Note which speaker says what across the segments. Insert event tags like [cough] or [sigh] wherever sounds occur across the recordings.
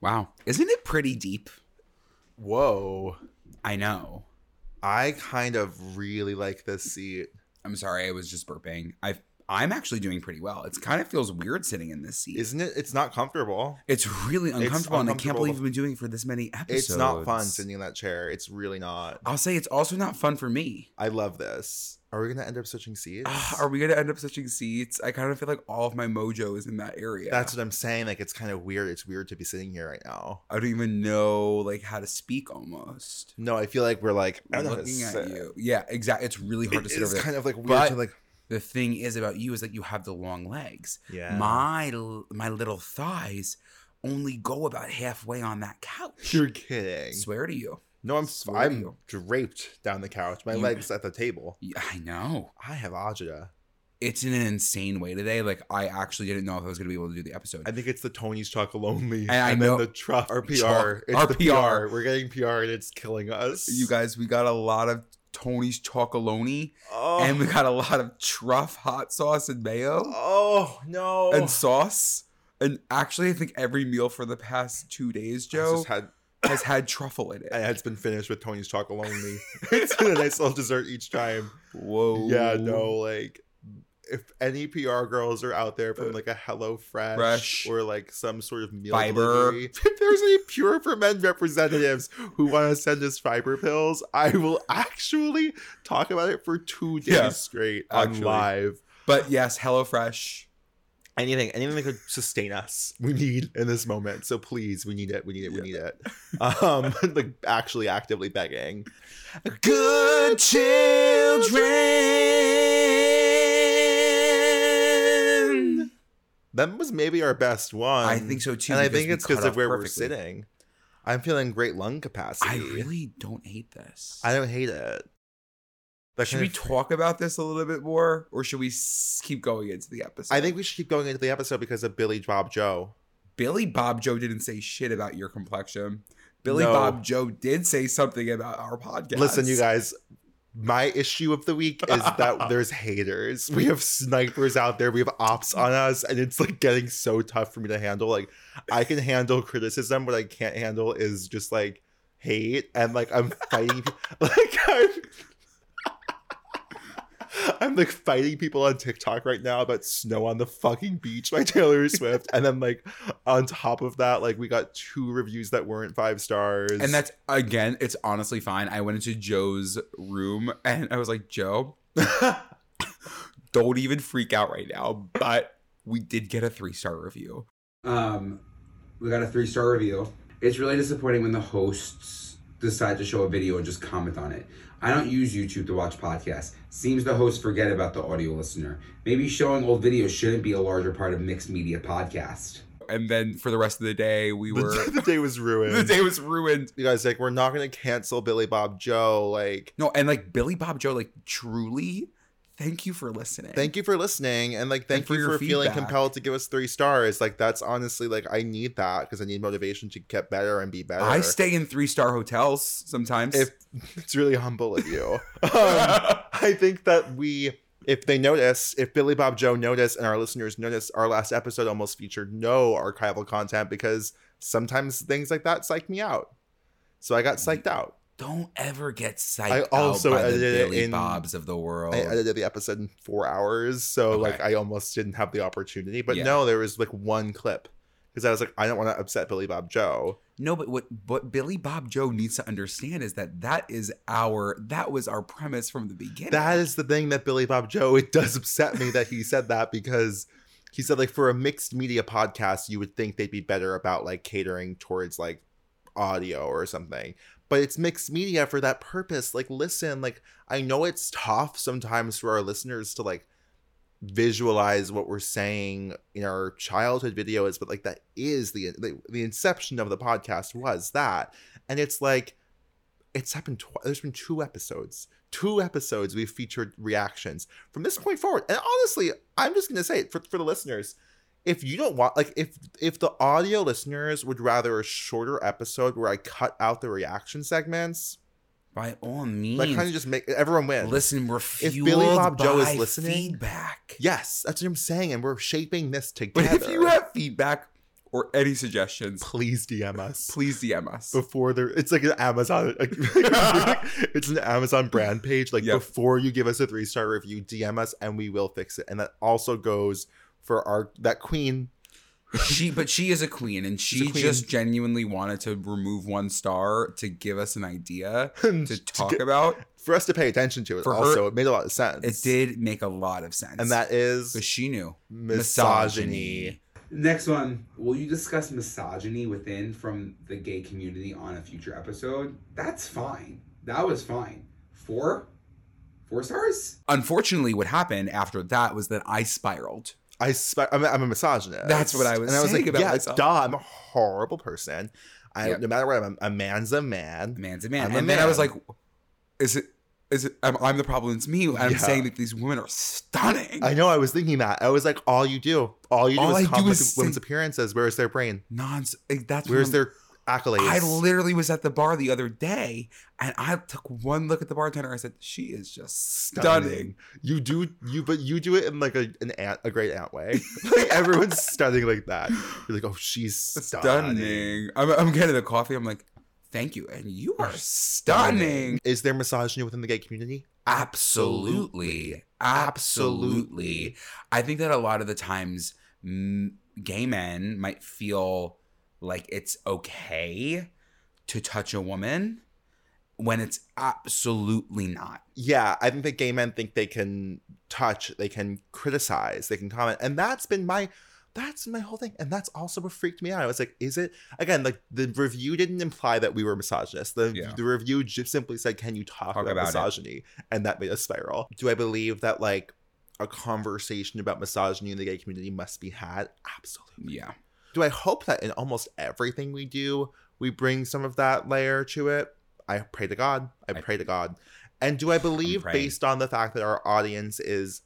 Speaker 1: Wow. Isn't it pretty deep?
Speaker 2: Whoa.
Speaker 1: I know.
Speaker 2: I kind of really like this seat.
Speaker 1: I'm sorry, I was just burping. I I'm actually doing pretty well. It kind of feels weird sitting in this seat.
Speaker 2: Isn't it? It's not comfortable.
Speaker 1: It's really uncomfortable, and I can't
Speaker 2: uncomfortable.
Speaker 1: believe we've been doing it for this many episodes.
Speaker 2: It's not fun sitting in that chair. It's really not.
Speaker 1: I'll say it's also not fun for me.
Speaker 2: I love this. Are we gonna end up switching seats?
Speaker 1: Ah, are we gonna end up switching seats? I kind of feel like all of my mojo is in that area.
Speaker 2: That's what I'm saying. Like it's kind of weird. It's weird to be sitting here right now.
Speaker 1: I don't even know like how to speak almost.
Speaker 2: No, I feel like we're like I
Speaker 1: I'm
Speaker 2: don't know. how to
Speaker 1: looking at
Speaker 2: sit.
Speaker 1: you. Yeah, exactly. It's really hard to
Speaker 2: It
Speaker 1: sit
Speaker 2: is
Speaker 1: over there.
Speaker 2: kind of like weird
Speaker 1: But-
Speaker 2: to like
Speaker 1: the thing is about you is that you have the long legs.
Speaker 2: yeah.
Speaker 1: My l- my little thighs only go about halfway on that couch.
Speaker 2: You're kidding.
Speaker 1: Swear to you.
Speaker 2: No, I'm
Speaker 1: Swear to
Speaker 2: I'm
Speaker 1: you.
Speaker 2: draped down the couch. My
Speaker 1: You-
Speaker 2: legs at the table.
Speaker 1: Yeah, I know.
Speaker 2: I have agita.
Speaker 1: It's in an insane way today. Like I actually didn't know if I was gonna be able to do the episode.
Speaker 2: I think it's the Tony's Chocolonely
Speaker 1: And I know-
Speaker 2: then the truck RPR.
Speaker 1: Choc-
Speaker 2: it's the
Speaker 1: RPR.
Speaker 2: PR. We're getting PR and it's killing us.
Speaker 1: you guys, we got a lot of Tony's chocolonely,
Speaker 2: oh,
Speaker 1: and we got a lot of truff hot sauce and mayo
Speaker 2: oh no.
Speaker 1: and sauce. And actually, I think every meal for the past two days,
Speaker 2: I
Speaker 1: Joe,
Speaker 2: just had
Speaker 1: has had truffle in
Speaker 2: I
Speaker 1: it.
Speaker 2: had been finished with Tony's Chocolonely. [laughs] it's been a nice little dessert each time.
Speaker 1: Whoa.
Speaker 2: Yeah, no, like if any PR girls are out there from like a Hello Fresh
Speaker 1: Fresh.
Speaker 2: or like some sort of meal
Speaker 1: Fiber.
Speaker 2: delivery, [laughs] if there's any Pure for Men representatives who want to send us fiber pills, I will actually talk about it for two days
Speaker 1: Yeah,
Speaker 2: straight
Speaker 1: actually.
Speaker 2: on live.
Speaker 1: But yes, HelloFresh.
Speaker 2: Anything, anything that could sustain us, we need in this moment. So please, we need it. We need it. We need it. Um, [laughs] like actually actively begging.
Speaker 1: Good children.
Speaker 2: That was maybe our best one.
Speaker 1: I think so too.
Speaker 2: Um, and I think it's
Speaker 1: we
Speaker 2: because
Speaker 1: cut
Speaker 2: of
Speaker 1: off
Speaker 2: where
Speaker 1: perfectly.
Speaker 2: we're sitting. I'm feeling great lung capacity.
Speaker 1: I really don't hate this.
Speaker 2: I don't hate it. That
Speaker 1: should
Speaker 2: kind
Speaker 1: we
Speaker 2: of-
Speaker 1: talk about this a little bit more, or should we s- keep going into the episode?
Speaker 2: I think we should keep going into the episode because of Billy Bob Joe.
Speaker 1: Billy Bob Joe didn't say shit about your complexion. Billy
Speaker 2: No.
Speaker 1: Bob Joe did say something about our podcast.
Speaker 2: Listen, you guys, my issue of the week is
Speaker 1: [laughs]
Speaker 2: that there's haters. We have snipers out there. We have ops on us, and it's like getting so tough for me to handle. Like, I can handle criticism. What I can't handle is just like hate, and like I'm fighting. pe- [laughs] like I'm. I'm like fighting people on TikTok right now about "Snow on the Fucking Beach"
Speaker 1: [laughs]
Speaker 2: by Taylor Swift, and then like on top of that, like we got two reviews that weren't five stars,
Speaker 1: And that's again, it's honestly fine. I went into Joe's room and I was like, Joe, [laughs] don't even freak out right now. But we did get a three star review. Um, we got a three star review. It's really disappointing when the hosts decide to show a video and just comment on it. I don't use YouTube to watch podcasts. Seems the hosts forget about the audio listener. Maybe showing old videos shouldn't be a larger part of mixed media podcast. And then for the rest of the day, we
Speaker 2: [laughs] the,
Speaker 1: were [laughs]
Speaker 2: the day was ruined.
Speaker 1: the day was ruined.
Speaker 2: you guys like we're not gonna cancel Billy Bob Joe. Like,
Speaker 1: No, and like Billy Bob Joe, like truly, thank you for listening.
Speaker 2: thank you for listening, and like thank
Speaker 1: for
Speaker 2: you
Speaker 1: your
Speaker 2: for feeling
Speaker 1: feedback.
Speaker 2: compelled to give us three stars. Like, that's honestly like I need that because I need motivation to get better and be better.
Speaker 1: I stay in three star hotels sometimes.
Speaker 2: If it's really humble of [laughs] you. um, I think that we, if they notice, if Billy Bob Joe noticed and our listeners noticed, our last episode almost featured no archival content because sometimes things like that psych me out. So I got psyched out.
Speaker 1: Don't ever get psyched
Speaker 2: I also
Speaker 1: out by the
Speaker 2: edited it
Speaker 1: Billy
Speaker 2: in-
Speaker 1: Bobs of the world.
Speaker 2: I edited the episode in four hours, so
Speaker 1: Okay.
Speaker 2: like I almost didn't have the opportunity. But
Speaker 1: Yeah.
Speaker 2: no, there was like one clip because I was like, I don't want to upset Billy Bob Joe.
Speaker 1: no, but what what Billy Bob Joe needs to understand is that that is our that was our premise from the beginning.
Speaker 2: That is the thing that Billy Bob Joe. It does upset me that he said that because he said like for a mixed media podcast, you would think they'd be better about like catering towards like audio or something. But it's mixed media for that purpose. Like, listen, like I know it's tough sometimes for our listeners to like visualize what we're saying in our childhood videos but like that is the the, the inception of the podcast was that and it's like it's happened twice there's been two episodes two episodes we've featured reactions from this point forward and honestly i'm just gonna say it for, for the listeners if you don't want like if if the audio listeners would rather a shorter episode where i cut out the reaction segments
Speaker 1: by all means,
Speaker 2: like kind of just make everyone wins
Speaker 1: listen. We're
Speaker 2: Billy
Speaker 1: fueled
Speaker 2: Bob Joe
Speaker 1: by
Speaker 2: is listening-
Speaker 1: feedback.
Speaker 2: Yes, that's what I'm saying, and we're shaping this together.
Speaker 1: But if you have feedback, or any suggestions,
Speaker 2: Please DM us
Speaker 1: please DM us.
Speaker 2: before there. It's like an Amazon. like- [laughs]
Speaker 1: [laughs]
Speaker 2: it's an Amazon brand page. Like
Speaker 1: Yep.
Speaker 2: before you give us a three star review, DM us and we will fix it. And that also goes for our that queen. [laughs]
Speaker 1: she but she is a queen and
Speaker 2: a
Speaker 1: she
Speaker 2: queen.
Speaker 1: just genuinely wanted to remove one star to give us an idea
Speaker 2: and
Speaker 1: to
Speaker 2: to
Speaker 1: talk
Speaker 2: get-
Speaker 1: about.
Speaker 2: for us to pay attention to it.
Speaker 1: For her-
Speaker 2: also, it made a lot of sense.
Speaker 1: It did make a lot of sense.
Speaker 2: and that is
Speaker 1: but she knew.
Speaker 2: misogyny.
Speaker 1: Next one. Will you discuss misogyny within from the gay community on a future episode? That's fine. That was fine. Four? Four stars? Unfortunately, what happened after that was that I spiraled.
Speaker 2: I spe- I'm, a- I'm a misogynist.
Speaker 1: That's what I was
Speaker 2: And I was
Speaker 1: saying
Speaker 2: like,
Speaker 1: about
Speaker 2: yeah,
Speaker 1: myself.
Speaker 2: duh, I'm a horrible person. I,
Speaker 1: Yep.
Speaker 2: No matter what, I'm a, a man's a man.
Speaker 1: Man's a man.
Speaker 2: I'm
Speaker 1: and
Speaker 2: a
Speaker 1: then I was like,
Speaker 2: man.
Speaker 1: is it, is it, I'm, I'm the problem, it's me. And I'm
Speaker 2: Yeah.
Speaker 1: saying that these women are stunning.
Speaker 2: I know. I was thinking that. I was like, all you do, all you do
Speaker 1: All I
Speaker 2: is
Speaker 1: do
Speaker 2: compliment
Speaker 1: is
Speaker 2: women's
Speaker 1: think-
Speaker 2: appearances. Where's their brain?
Speaker 1: Nons, eh, that's what
Speaker 2: Where's
Speaker 1: I'm-
Speaker 2: their accolades?
Speaker 1: I literally was at the bar the other day and I took one look at the bartender. I said, She is just stunning.
Speaker 2: You do you, but you do it in like a an aunt, a great aunt way. [laughs] like everyone's stunning like that. You're like, oh, she's
Speaker 1: Stunning.
Speaker 2: stunning.
Speaker 1: I'm, I'm getting the coffee. I'm like, Thank you. And you are stunning.
Speaker 2: Is there misogyny within the gay community?
Speaker 1: Absolutely. Absolutely. I think that a lot of the times mm, gay men might feel like it's okay to touch a woman when it's absolutely not.
Speaker 2: yeah, I think that gay men think they can touch, they can criticize, they can comment, and that's been my that's my whole thing, and that's also what freaked me out. I was like, is it again? Like the review didn't imply that we were misogynist. The
Speaker 1: Yeah.
Speaker 2: the review just simply said, can you talk,
Speaker 1: Talk
Speaker 2: about,
Speaker 1: about it.
Speaker 2: misogyny? And that made us spiral. Do I believe that like a conversation about misogyny in the gay community must be had? Absolutely.
Speaker 1: Yeah.
Speaker 2: Do I hope that in almost everything we do, we bring some of that layer to it? I pray to God. I
Speaker 1: I-
Speaker 2: pray to God. And do I believe,
Speaker 1: praying.
Speaker 2: based on the fact that our audience is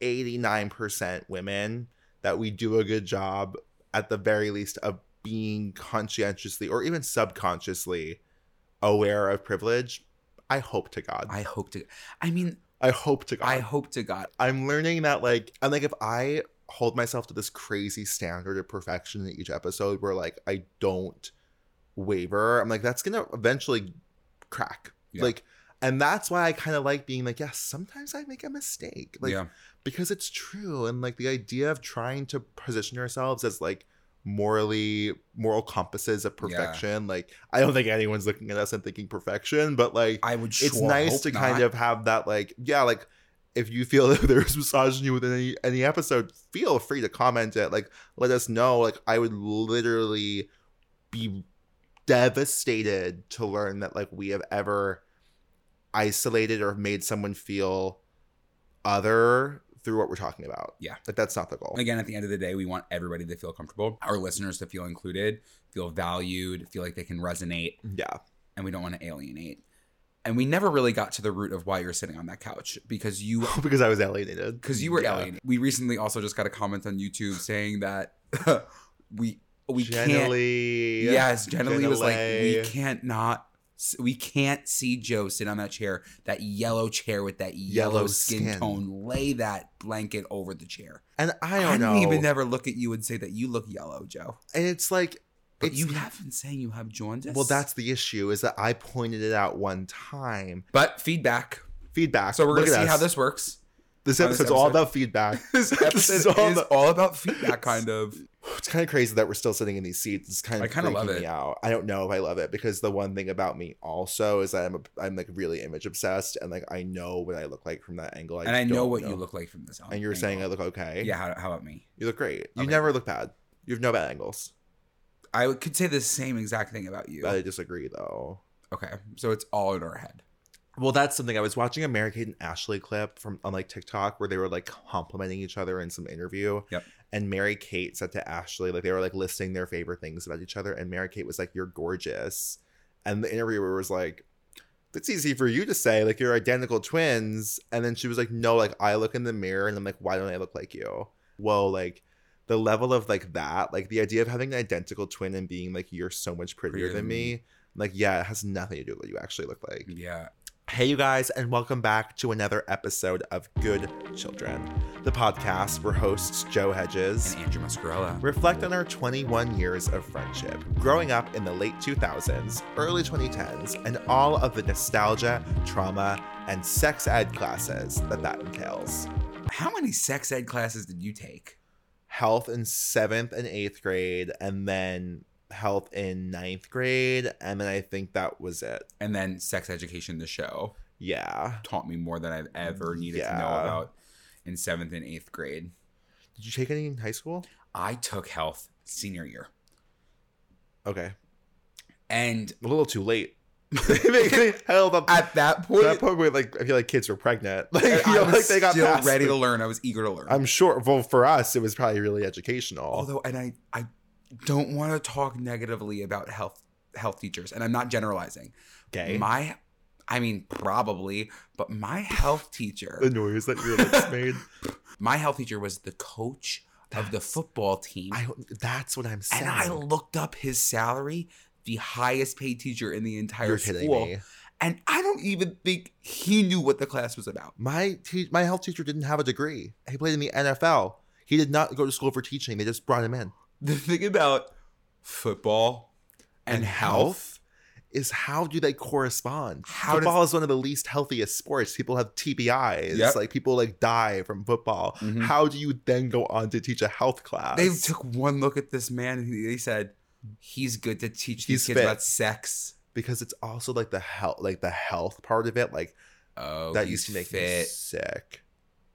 Speaker 2: 89% women, that we do a good job, at the very least, of being conscientiously or even subconsciously aware of privilege? I hope to God.
Speaker 1: I hope to. I mean,
Speaker 2: I hope to God.
Speaker 1: I hope to God.
Speaker 2: I'm learning that like I'm like if I hold myself to this crazy standard of perfection in each episode where like I don't waver, I'm like that's gonna eventually crack.
Speaker 1: Yeah.
Speaker 2: Like and that's why I kind of like being like, yes, sometimes I make a mistake. Like
Speaker 1: yeah.
Speaker 2: because it's true. And like the idea of trying to position ourselves as like morally moral compasses of
Speaker 1: Yeah.
Speaker 2: perfection. Like I don't think anyone's looking at us and thinking perfection, but like
Speaker 1: I would.
Speaker 2: it's
Speaker 1: sure
Speaker 2: nice
Speaker 1: hope
Speaker 2: to
Speaker 1: not.
Speaker 2: kind of have that like yeah like if you feel [laughs] that there's misogyny within any, any episode feel free to comment it like let us know like i would literally be devastated to learn that like we have ever isolated or made someone feel other through what we're talking about
Speaker 1: Yeah.
Speaker 2: like that's not the goal
Speaker 1: Again, at the end of the day, we want everybody to feel comfortable, our listeners to feel included, feel valued, feel like they can resonate,
Speaker 2: yeah [laughs]
Speaker 1: and we don't want to alienate. And we never really got to the root of why you're sitting on that couch because you
Speaker 2: because i was alienated
Speaker 1: because you were
Speaker 2: Yeah.
Speaker 1: alienated. We recently also just got a comment on YouTube saying that [laughs] we we can't.
Speaker 2: Generally,
Speaker 1: Yes, generally was like we
Speaker 2: Genele.
Speaker 1: can't not s- we can't see Joe sit on that chair, that yellow chair with that yellow,
Speaker 2: Yellow
Speaker 1: skin,
Speaker 2: skin.
Speaker 1: tone. Lay that blanket over the chair.
Speaker 2: and i don't know
Speaker 1: didn't even never look at you and say that you look yellow, Joe.
Speaker 2: and it's like
Speaker 1: But
Speaker 2: it's
Speaker 1: you have been saying you have jaundice.
Speaker 2: Well, that's the issue is that I pointed it out one time.
Speaker 1: but feedback.
Speaker 2: Feedback.
Speaker 1: So we're
Speaker 2: Look
Speaker 1: gonna see
Speaker 2: at
Speaker 1: how
Speaker 2: us.
Speaker 1: this works.
Speaker 2: this
Speaker 1: how this
Speaker 2: episode's all
Speaker 1: episode-
Speaker 2: about feedback.
Speaker 1: [laughs] This episode
Speaker 2: [laughs] This
Speaker 1: is,
Speaker 2: is
Speaker 1: all,
Speaker 2: all the-
Speaker 1: about feedback, kind of.
Speaker 2: It's kind of crazy that we're still sitting in these seats. It's kind of
Speaker 1: I kinda love
Speaker 2: freaking
Speaker 1: it.
Speaker 2: Me out. I don't know if I love it because the one thing about me also is that I'm a, I'm like really image obsessed and like I know what [laughs] I look like from that angle.
Speaker 1: and I know
Speaker 2: don't
Speaker 1: what you look like from this.
Speaker 2: And you're saying I look okay.
Speaker 1: yeah. How, how about me?
Speaker 2: You look great. You
Speaker 1: Okay.
Speaker 2: never look bad. You have no bad angles.
Speaker 1: I would- could say the same exact thing about you.
Speaker 2: I disagree though.
Speaker 1: okay, so it's all in our head.
Speaker 2: Well, that's something I was watching a Mary Kate and Ashley clip from on like TikTok where they were like complimenting each other in some interview.
Speaker 1: Yep.
Speaker 2: And Mary Kate said to Ashley, like they were like listing their favorite things about each other, and Mary Kate was like, "You're gorgeous," and the interviewer was like, "That's easy for you to say, like you're identical twins," and then she was like, "No, like I look in the mirror and I'm like, why don't I look like you?" Whoa, like the level of like that, like the idea of having an identical twin and being like, "You're so much prettier,
Speaker 1: Prettier than
Speaker 2: than me," like yeah, it has nothing to do with what you actually look like
Speaker 1: Yeah,
Speaker 2: Hey, you guys, and welcome back to another episode of Good Children, the podcast where hosts Joe Hedges
Speaker 1: And Andrew Mascarella.
Speaker 2: reflect on our 21 years of friendship, growing up in the late 2000s, early 2010s, and all of the nostalgia, trauma, and sex ed classes that that entails.
Speaker 1: How many sex ed classes did you take?
Speaker 2: Health in seventh and eighth grade, and then health in ninth grade, and then I think that was it.
Speaker 1: And then sex education, the show,
Speaker 2: Yeah.
Speaker 1: taught me more than I've ever needed to know
Speaker 2: Yeah.
Speaker 1: about in seventh and eighth grade.
Speaker 2: Did you take any in high school?
Speaker 1: I took health senior year.
Speaker 2: Okay.
Speaker 1: And
Speaker 2: A little
Speaker 1: [laughs]
Speaker 2: too late. [laughs] Health up
Speaker 1: at that
Speaker 2: at
Speaker 1: point,
Speaker 2: that point, [laughs] where, like I feel like kids were pregnant. [laughs] Like,
Speaker 1: I,
Speaker 2: you know,
Speaker 1: was
Speaker 2: like they got
Speaker 1: still
Speaker 2: past
Speaker 1: ready
Speaker 2: it.
Speaker 1: to learn. I was eager to learn.
Speaker 2: I'm sure. Well, for us, it was probably really educational.
Speaker 1: although and I I don't want to talk negatively about health health teachers and I'm not generalizing.
Speaker 2: okay.
Speaker 1: My I mean probably, but my health teacher,
Speaker 2: [laughs] [laughs] the noise that
Speaker 1: [laughs]
Speaker 2: your lips made.
Speaker 1: my health teacher was the coach of the football team.
Speaker 2: I. That's what I'm saying.
Speaker 1: and I looked up his salary, the highest paid teacher in the entire
Speaker 2: You're
Speaker 1: school.
Speaker 2: kidding me.
Speaker 1: And I don't even think he knew what the class was about.
Speaker 2: My te- my health teacher didn't have a degree. He played in the NFL. He did not go to school for teaching. They just brought him in.
Speaker 1: The thing about football and,
Speaker 2: And
Speaker 1: health,
Speaker 2: health? Is how do they correspond?
Speaker 1: How does-
Speaker 2: football is one of the least healthiest sports. People have TBIs.
Speaker 1: Yep.
Speaker 2: Like people like die from football.
Speaker 1: Mhm.
Speaker 2: How do you then go on to teach a health class?
Speaker 1: they took one look at this man and he- they said, he's good to teach these
Speaker 2: He's
Speaker 1: kids
Speaker 2: fit.
Speaker 1: about sex.
Speaker 2: because it's also like the health like the health part of it. Like
Speaker 1: Oh,
Speaker 2: that
Speaker 1: he's
Speaker 2: used to make me
Speaker 1: fit.
Speaker 2: sick.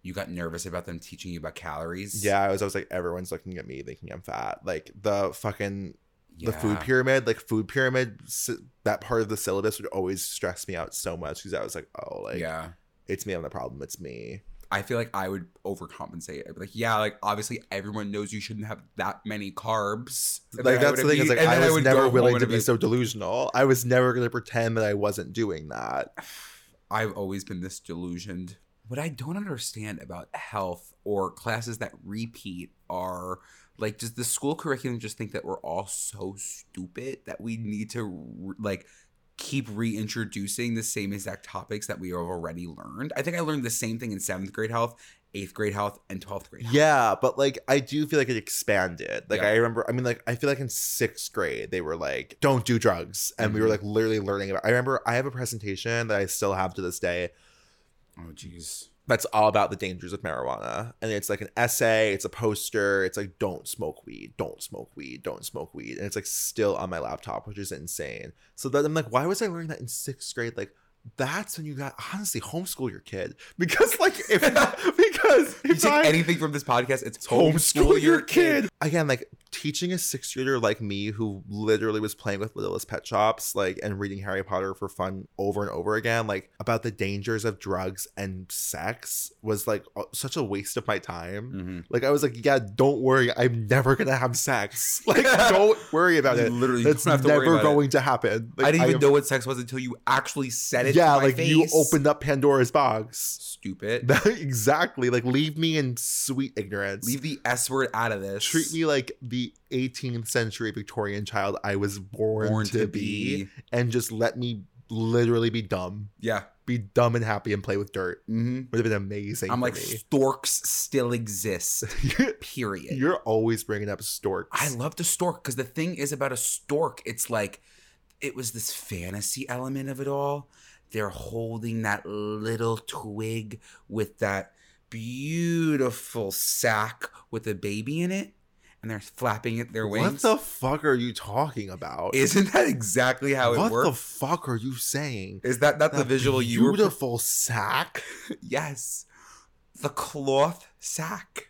Speaker 1: You got nervous about them teaching you about calories.
Speaker 2: Yeah, I was always like, everyone's looking at me thinking I'm fat. Like the fucking the food
Speaker 1: Yeah.
Speaker 2: pyramid, like food pyramid, s- that part of the syllabus would always stress me out so much because I was like, oh, like
Speaker 1: yeah.
Speaker 2: it's me, I'm the problem, it's me.
Speaker 1: I feel like I would overcompensate. I'd be like, yeah, like obviously everyone knows you shouldn't have that many carbs. And
Speaker 2: like
Speaker 1: then I
Speaker 2: that's the
Speaker 1: would
Speaker 2: thing is
Speaker 1: be-
Speaker 2: like
Speaker 1: and
Speaker 2: I
Speaker 1: then
Speaker 2: was
Speaker 1: would go
Speaker 2: never
Speaker 1: home
Speaker 2: willing
Speaker 1: and
Speaker 2: to
Speaker 1: I'd
Speaker 2: be so delusional. I was never gonna pretend that I wasn't doing that.
Speaker 1: I've always been this delusioned. What I don't understand about health or classes that repeat are like, does the school curriculum just think that we're all so stupid that we need to re- like keep reintroducing the same exact topics that we have already learned? I think I learned the same thing in seventh grade health, eighth grade health, and twelfth grade. Health.
Speaker 2: Yeah, but like I do feel like it expanded. Like
Speaker 1: Yeah.
Speaker 2: I remember, I mean, like I feel like in sixth grade they were like, "Don't do drugs," and we were
Speaker 1: Mhm.
Speaker 2: like literally learning about. I remember I have a presentation that I still have to this day
Speaker 1: Oh, jeez.
Speaker 2: that's all about the dangers of marijuana. And it's like an essay, it's a poster, it's like don't smoke weed, don't smoke weed, don't smoke weed. And it's like still on my laptop, which is insane. So then I'm like, why was I learning that in sixth grade? Like that's when you got honestly homeschool your kid. [laughs] Because like
Speaker 1: [laughs]
Speaker 2: if [laughs] because
Speaker 1: You
Speaker 2: if
Speaker 1: take
Speaker 2: I
Speaker 1: anything from this podcast, it's
Speaker 2: homeschool your kid. Again, like teaching a sixth grader like me who literally was playing with Littlest Pet Shops, like and reading Harry Potter for fun over and over again, like about the dangers of drugs and sex was like uh, such a waste of my time.
Speaker 1: Mhm.
Speaker 2: Like I was like, yeah, don't worry, I'm never gonna have sex.
Speaker 1: [laughs]
Speaker 2: Like don't worry about
Speaker 1: You
Speaker 2: it.
Speaker 1: literally
Speaker 2: That's
Speaker 1: don't have to
Speaker 2: never
Speaker 1: worry about it.
Speaker 2: going to happen. Like,
Speaker 1: I didn't even
Speaker 2: am-
Speaker 1: know what sex was until you actually said it.
Speaker 2: Yeah,
Speaker 1: to my
Speaker 2: like you
Speaker 1: face.
Speaker 2: opened up Pandora's box. [laughs]
Speaker 1: Stupid.
Speaker 2: exactly. Like leave me in sweet ignorance.
Speaker 1: Leave the S word out of this.
Speaker 2: treat me like the 18th century Victorian child I was born, to, be, and just let me literally be dumb,
Speaker 1: Yeah.
Speaker 2: be dumb and happy and play with dirt.
Speaker 1: hmm
Speaker 2: Would have been amazing.
Speaker 1: I'm
Speaker 2: for
Speaker 1: like
Speaker 2: me.
Speaker 1: storks still exist. Period.
Speaker 2: [laughs] you're always bringing up storks.
Speaker 1: I love the stork because the thing is about a stork, it's like it was this fantasy element of it all. They're holding that little twig with that beautiful sack with a baby in it, and they're flapping it their
Speaker 2: what
Speaker 1: wings.
Speaker 2: the fuck are you talking
Speaker 1: [laughs]
Speaker 2: about?
Speaker 1: Isn't that exactly how it
Speaker 2: what
Speaker 1: works?
Speaker 2: the fuck are you saying?
Speaker 1: is that not the
Speaker 2: That
Speaker 1: visual you were?
Speaker 2: beautiful sack.
Speaker 1: Yes. The cloth sack.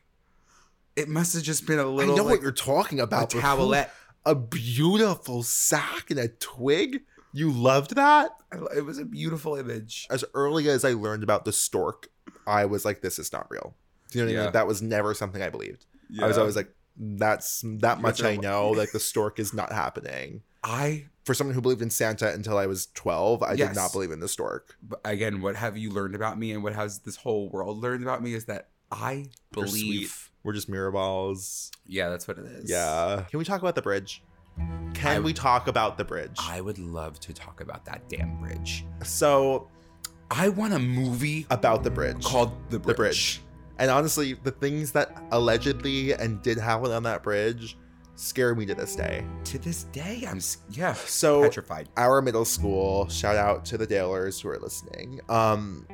Speaker 1: It must have just been a
Speaker 2: I
Speaker 1: little
Speaker 2: know
Speaker 1: like,
Speaker 2: what you're talking
Speaker 1: a
Speaker 2: about. but who-
Speaker 1: towelette.
Speaker 2: A beautiful sack and a twig. You loved that.
Speaker 1: It was a beautiful image.
Speaker 2: as early as I learned about the stork, I was like, this is not real. Do you know what I mean?
Speaker 1: Yeah.
Speaker 2: Like, that was never something I believed. I was always like, that's that
Speaker 1: You
Speaker 2: much
Speaker 1: guys are
Speaker 2: I
Speaker 1: li- [laughs]
Speaker 2: know. Like the stork is not happening.
Speaker 1: I
Speaker 2: For someone who believed in Santa until I was 12, I did
Speaker 1: Yes.
Speaker 2: not believe in the stork.
Speaker 1: but again, what have you learned about me and what has this whole world learned about me is that I
Speaker 2: You're sweet.
Speaker 1: believe.
Speaker 2: We're just mirror balls.
Speaker 1: Yeah, that's what it is.
Speaker 2: Yeah. Can we talk about the bridge? Can
Speaker 1: I-
Speaker 2: we talk about the bridge?
Speaker 1: I would love to talk about that damn bridge.
Speaker 2: so
Speaker 1: I want a movie
Speaker 2: about the bridge.
Speaker 1: called The Bridge.
Speaker 2: Bridge. and honestly, the things that allegedly and did happen on that bridge scare me to this day.
Speaker 1: To this day, I'm s- yeah
Speaker 2: So
Speaker 1: petrified.
Speaker 2: our middle school shout out to the dalers who are listening um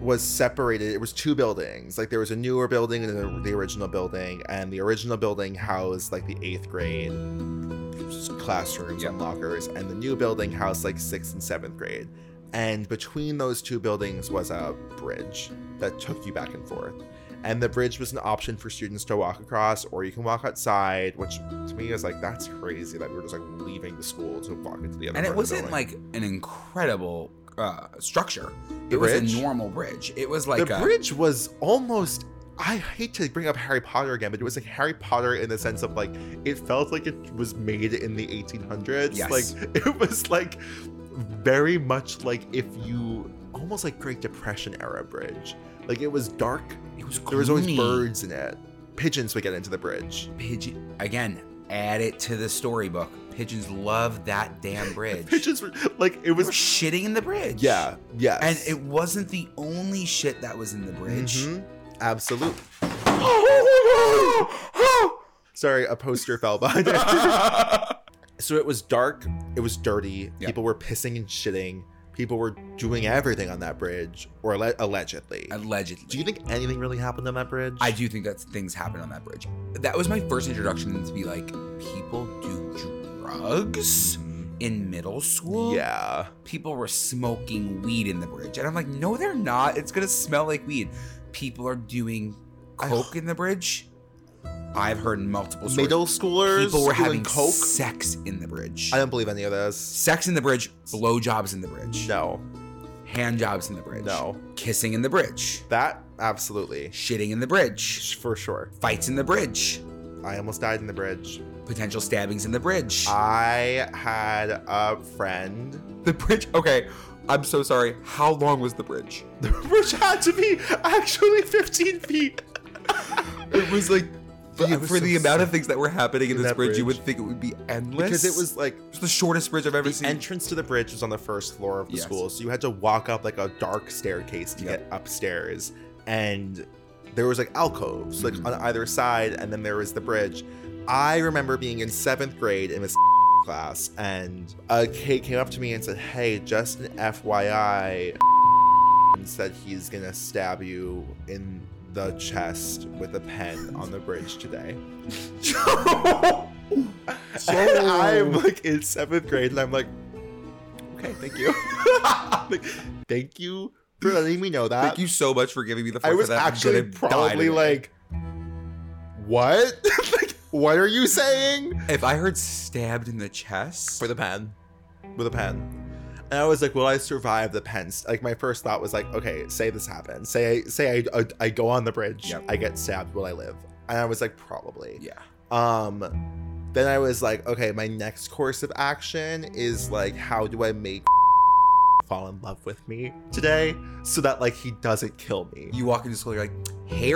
Speaker 2: was separated it was two buildings like there was a newer building and the, the original building and the original building housed like the eighth grade classrooms and lockers and the new building housed like sixth and seventh grade and between those two buildings was a bridge that took you back and forth and the bridge was an option for students to walk across or you can walk outside which to me is like that's crazy that we were just like leaving the school to walk into the other
Speaker 1: And it
Speaker 2: part of the
Speaker 1: wasn't
Speaker 2: building.
Speaker 1: like an incredible uh, structure. It
Speaker 2: The
Speaker 1: was
Speaker 2: bridge?
Speaker 1: a normal bridge. It was like uh,
Speaker 2: the
Speaker 1: a,
Speaker 2: bridge was almost I hate to bring up Harry Potter again, but it was like Harry Potter in the sense of like it felt like it was made in the 1800s.
Speaker 1: Yes.
Speaker 2: Like [laughs] it was like very much like if you almost like Great Depression era bridge. Like it was dark.
Speaker 1: It was
Speaker 2: There was always
Speaker 1: gloomy.
Speaker 2: birds in it. Pigeons would get into the bridge. [laughs]
Speaker 1: Pigeon again. Add it to the storybook. Pigeons love that damn bridge.
Speaker 2: [laughs] Pigeons were like it
Speaker 1: was
Speaker 2: was
Speaker 1: shitting in the bridge.
Speaker 2: yeah, yes.
Speaker 1: And it wasn't the only shit that was in the bridge.
Speaker 2: Mhm. absolute. Mm-hmm. Sorry, a poster
Speaker 1: [laughs]
Speaker 2: fell behind it. So it was dark, it was dirty,
Speaker 1: Yeah.
Speaker 2: people were pissing and shitting, people were doing everything on that bridge, or alle- allegedly.
Speaker 1: [laughs] Allegedly.
Speaker 2: Do you think anything really happened on that bridge?
Speaker 1: I do think that things happen on that bridge. That was my first introduction to be like, people do drugs in middle school.
Speaker 2: Mm-hmm. Yeah.
Speaker 1: People were smoking weed in the bridge. And I'm like, no, they're not. It's going to smell like weed. People are doing
Speaker 2: I-
Speaker 1: coke in the bridge. I've heard multiple stories.
Speaker 2: Middle schoolers
Speaker 1: people were
Speaker 2: doing
Speaker 1: having
Speaker 2: coke.
Speaker 1: sex in the bridge.
Speaker 2: I don't believe any of this.
Speaker 1: Sex in the bridge, blowjobs in the bridge,
Speaker 2: No,
Speaker 1: hand jobs in the bridge,
Speaker 2: no.
Speaker 1: kissing in the bridge,
Speaker 2: That absolutely,
Speaker 1: shitting in the bridge,
Speaker 2: for sure.
Speaker 1: fights in the bridge,
Speaker 2: I almost died in the bridge.
Speaker 1: potential stabbings in the bridge.
Speaker 2: I had a friend.
Speaker 1: Uh,
Speaker 2: [laughs]
Speaker 1: The bridge. Okay, I'm so sorry. How long was the bridge?
Speaker 2: The bridge had to be actually 15 feet.
Speaker 1: It was like
Speaker 2: I
Speaker 1: the,
Speaker 2: was
Speaker 1: for
Speaker 2: so
Speaker 1: the amount of things that were happening in
Speaker 2: in
Speaker 1: this
Speaker 2: that
Speaker 1: bridge, you
Speaker 2: bridge.
Speaker 1: would think it would be endless.
Speaker 2: Because it was like
Speaker 1: It's the shortest bridge I've ever
Speaker 2: the
Speaker 1: seen. [laughs]
Speaker 2: entrance to the bridge was on the first floor of the
Speaker 1: Yes.
Speaker 2: school, so you had to walk up like a dark staircase to
Speaker 1: Yep.
Speaker 2: get upstairs, and there was like alcoves like
Speaker 1: Mhm.
Speaker 2: on either side, and then there was the bridge. I remember being in seventh grade in this [laughs] class, and a kid came up to me and said, "Hey, just an [laughs] FYI, said he's gonna stab you in the chest with a pen on the bridge today." And I'm like in seventh grade, and I'm like, okay, thank you. [laughs] Like, thank you for letting me know that.
Speaker 1: Thank you so much for giving me the.
Speaker 2: I
Speaker 1: fork
Speaker 2: was
Speaker 1: of that. I'm
Speaker 2: actually
Speaker 1: gonna die
Speaker 2: probably
Speaker 1: today.
Speaker 2: like, what? [laughs] like, what are you saying?
Speaker 1: if I heard stabbed in the chest.
Speaker 2: With a pen. With a pen. And I was like, will I survive the pen? st- Like my first thought was like, okay, say this happens. Say I say I, I, I go on the bridge.
Speaker 1: Yep.
Speaker 2: I get stabbed. Will I live? And I was like, probably.
Speaker 1: yeah.
Speaker 2: Um, then I was like, okay, my next course of action is like, how do I make [laughs] fall in love with me today so that like he doesn't kill me?
Speaker 1: You walk into school, you're like, hair